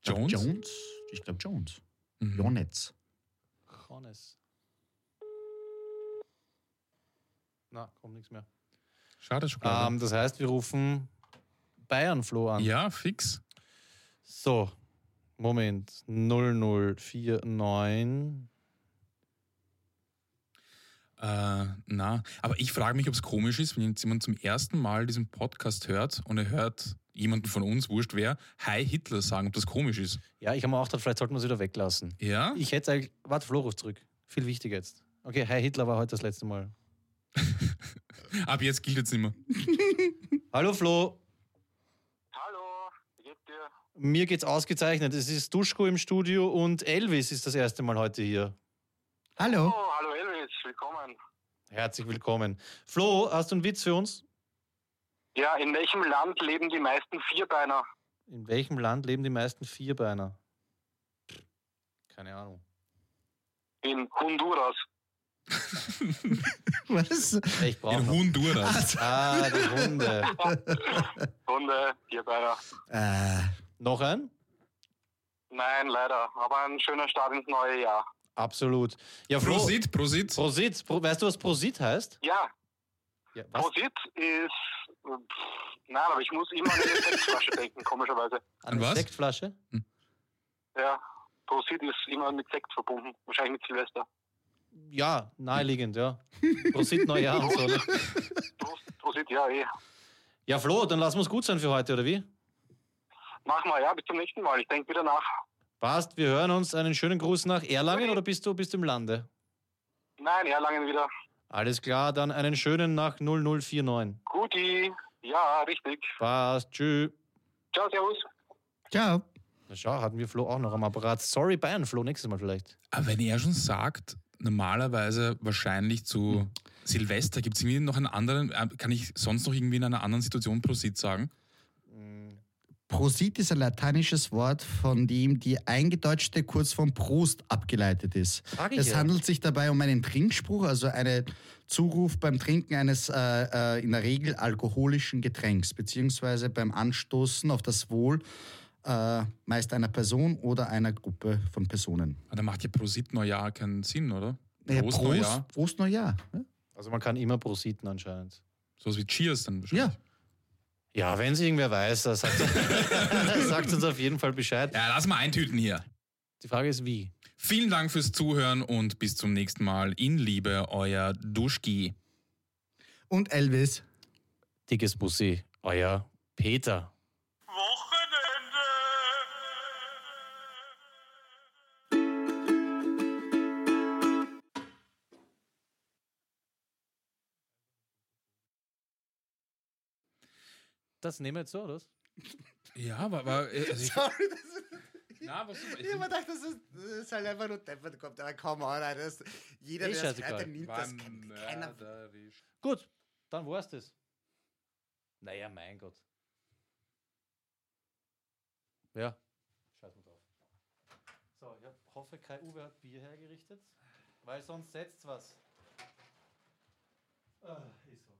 B: Jones?
C: Äh, Jones? Ich glaube Jones.
B: Mhm.
C: Jonetz.
A: Hannes. Na, kommt nichts mehr.
B: Schade, Schokolade.
A: Ähm, das heißt, wir rufen Bayern Flo an.
B: ne? ja, fix.
A: So, Moment. 0049.
B: Äh, na, aber ich frage mich, ob es komisch ist, wenn jetzt jemand zum ersten Mal diesen Podcast hört und er hört jemanden von uns, wurscht wer, Hi Hitler sagen, ob das komisch ist.
A: Ja, ich habe mir auch gedacht, vielleicht sollten wir es wieder weglassen.
B: Ja?
A: Ich hätte eigentlich. Warte, Flo ruft zurück. Viel wichtiger jetzt. Okay, Hi Hitler war heute das letzte Mal.
B: Ab jetzt gilt jetzt nicht mehr.
A: Hallo Flo,
F: Hallo, wie geht's dir?
A: mir geht's ausgezeichnet. Es ist Duschko im Studio und Elvis ist das erste Mal heute hier.
C: Hallo.
B: Mhm.
F: Oh, hallo Elvis, willkommen.
A: Herzlich willkommen. Flo, hast du einen Witz für uns?
F: Ja, in welchem Land leben die meisten Vierbeiner?
A: In welchem Land leben die meisten Vierbeiner? Keine Ahnung.
F: In Honduras.
C: Was?
A: Ich brauche
B: In halt.
A: noch.
B: Honduras.
A: Ah, die Hunde.
F: Hunde, Vierbeiner.
C: Äh,
A: noch ein?
F: Nein, leider, aber ein schöner Start ins neue Jahr.
A: Absolut. Ja, Flo.
B: Prosit, Prosit.
A: Prosit. Pro, weißt du, was Prosit heißt?
F: Ja,
A: Ja, was?
F: Prosit ist. Pff, nein, aber ich muss immer an eine Sektflasche denken, komischerweise.
A: Eine
B: was?
A: Sektflasche?
F: Ja, Prosit ist immer mit Sekt verbunden, wahrscheinlich mit Silvester.
A: Ja, naheliegend, ja. Prosit Neujahr und so. Ne?
F: Prost, Prosit, ja, eh.
A: Ja, Flo, dann lassen wir es gut sein für heute, oder wie?
F: Mach mal, ja, bis zum nächsten Mal. Ich denke wieder nach.
A: Passt, wir hören uns. Einen schönen Gruß nach Erlangen
F: Okay.
A: oder bist du bist im Lande?
F: Nein, ja, lange wieder.
A: Alles klar, dann einen schönen nach 0049.
F: Guti, ja, richtig.
A: Passt, tschüss.
F: Ciao, servus.
C: ciao.
A: Na schau, hatten wir Flo auch noch am Apparat. Sorry, Bayern Flo, nächstes Mal vielleicht.
B: Aber wenn er schon sagt, normalerweise wahrscheinlich zu Silvester, gibt es irgendwie noch einen anderen, äh, kann ich sonst noch irgendwie in einer anderen Situation Prosit sagen?
C: Prosit ist ein lateinisches Wort, von dem die eingedeutschte Kurzform Prost abgeleitet ist.
A: Sag ich
C: es
A: ja.
C: handelt sich dabei um einen Trinkspruch, also einen Zuruf beim Trinken eines äh, äh, in der Regel alkoholischen Getränks, beziehungsweise beim Anstoßen auf das Wohl äh, meist einer Person oder einer Gruppe von Personen.
B: Aber Ah, da macht ja Prosit Neujahr keinen Sinn, oder?
C: Naja,
B: Prost, Neujahr.
C: Prost Neujahr. ne?
A: Also man kann immer prositen anscheinend.
B: Sowas wie Cheers dann wahrscheinlich.
C: Ja.
A: Ja, wenn es irgendwer weiß, dann sagt, sagt uns auf jeden Fall Bescheid.
B: Ja, lass mal eintüten hier.
A: Die Frage ist wie.
B: Vielen Dank fürs Zuhören und bis zum nächsten Mal. In Liebe, euer Duschki.
C: Und Elvis.
A: Dickes Bussi, euer Peter. das nehmen wir jetzt so, oder? was?
B: Ja, war. war äh, also ich,
C: Sorry, das ist,
B: na, was,
C: ich hab mir gedacht, das ist, das ist halt einfach nur deppert kommt. Aber komm, Alter, das, jeder,
A: Ist
C: der das
A: scheißegal.
C: hört, der nimmt
B: war
C: das. Kann, keiner
B: mörderisch.
A: Gut, dann war's das. Naja, mein Gott. Ja. Scheiß mal drauf. So, ich hoffe, Kai Uwe hat Bier hergerichtet, weil sonst setzt was. Ah, ist so.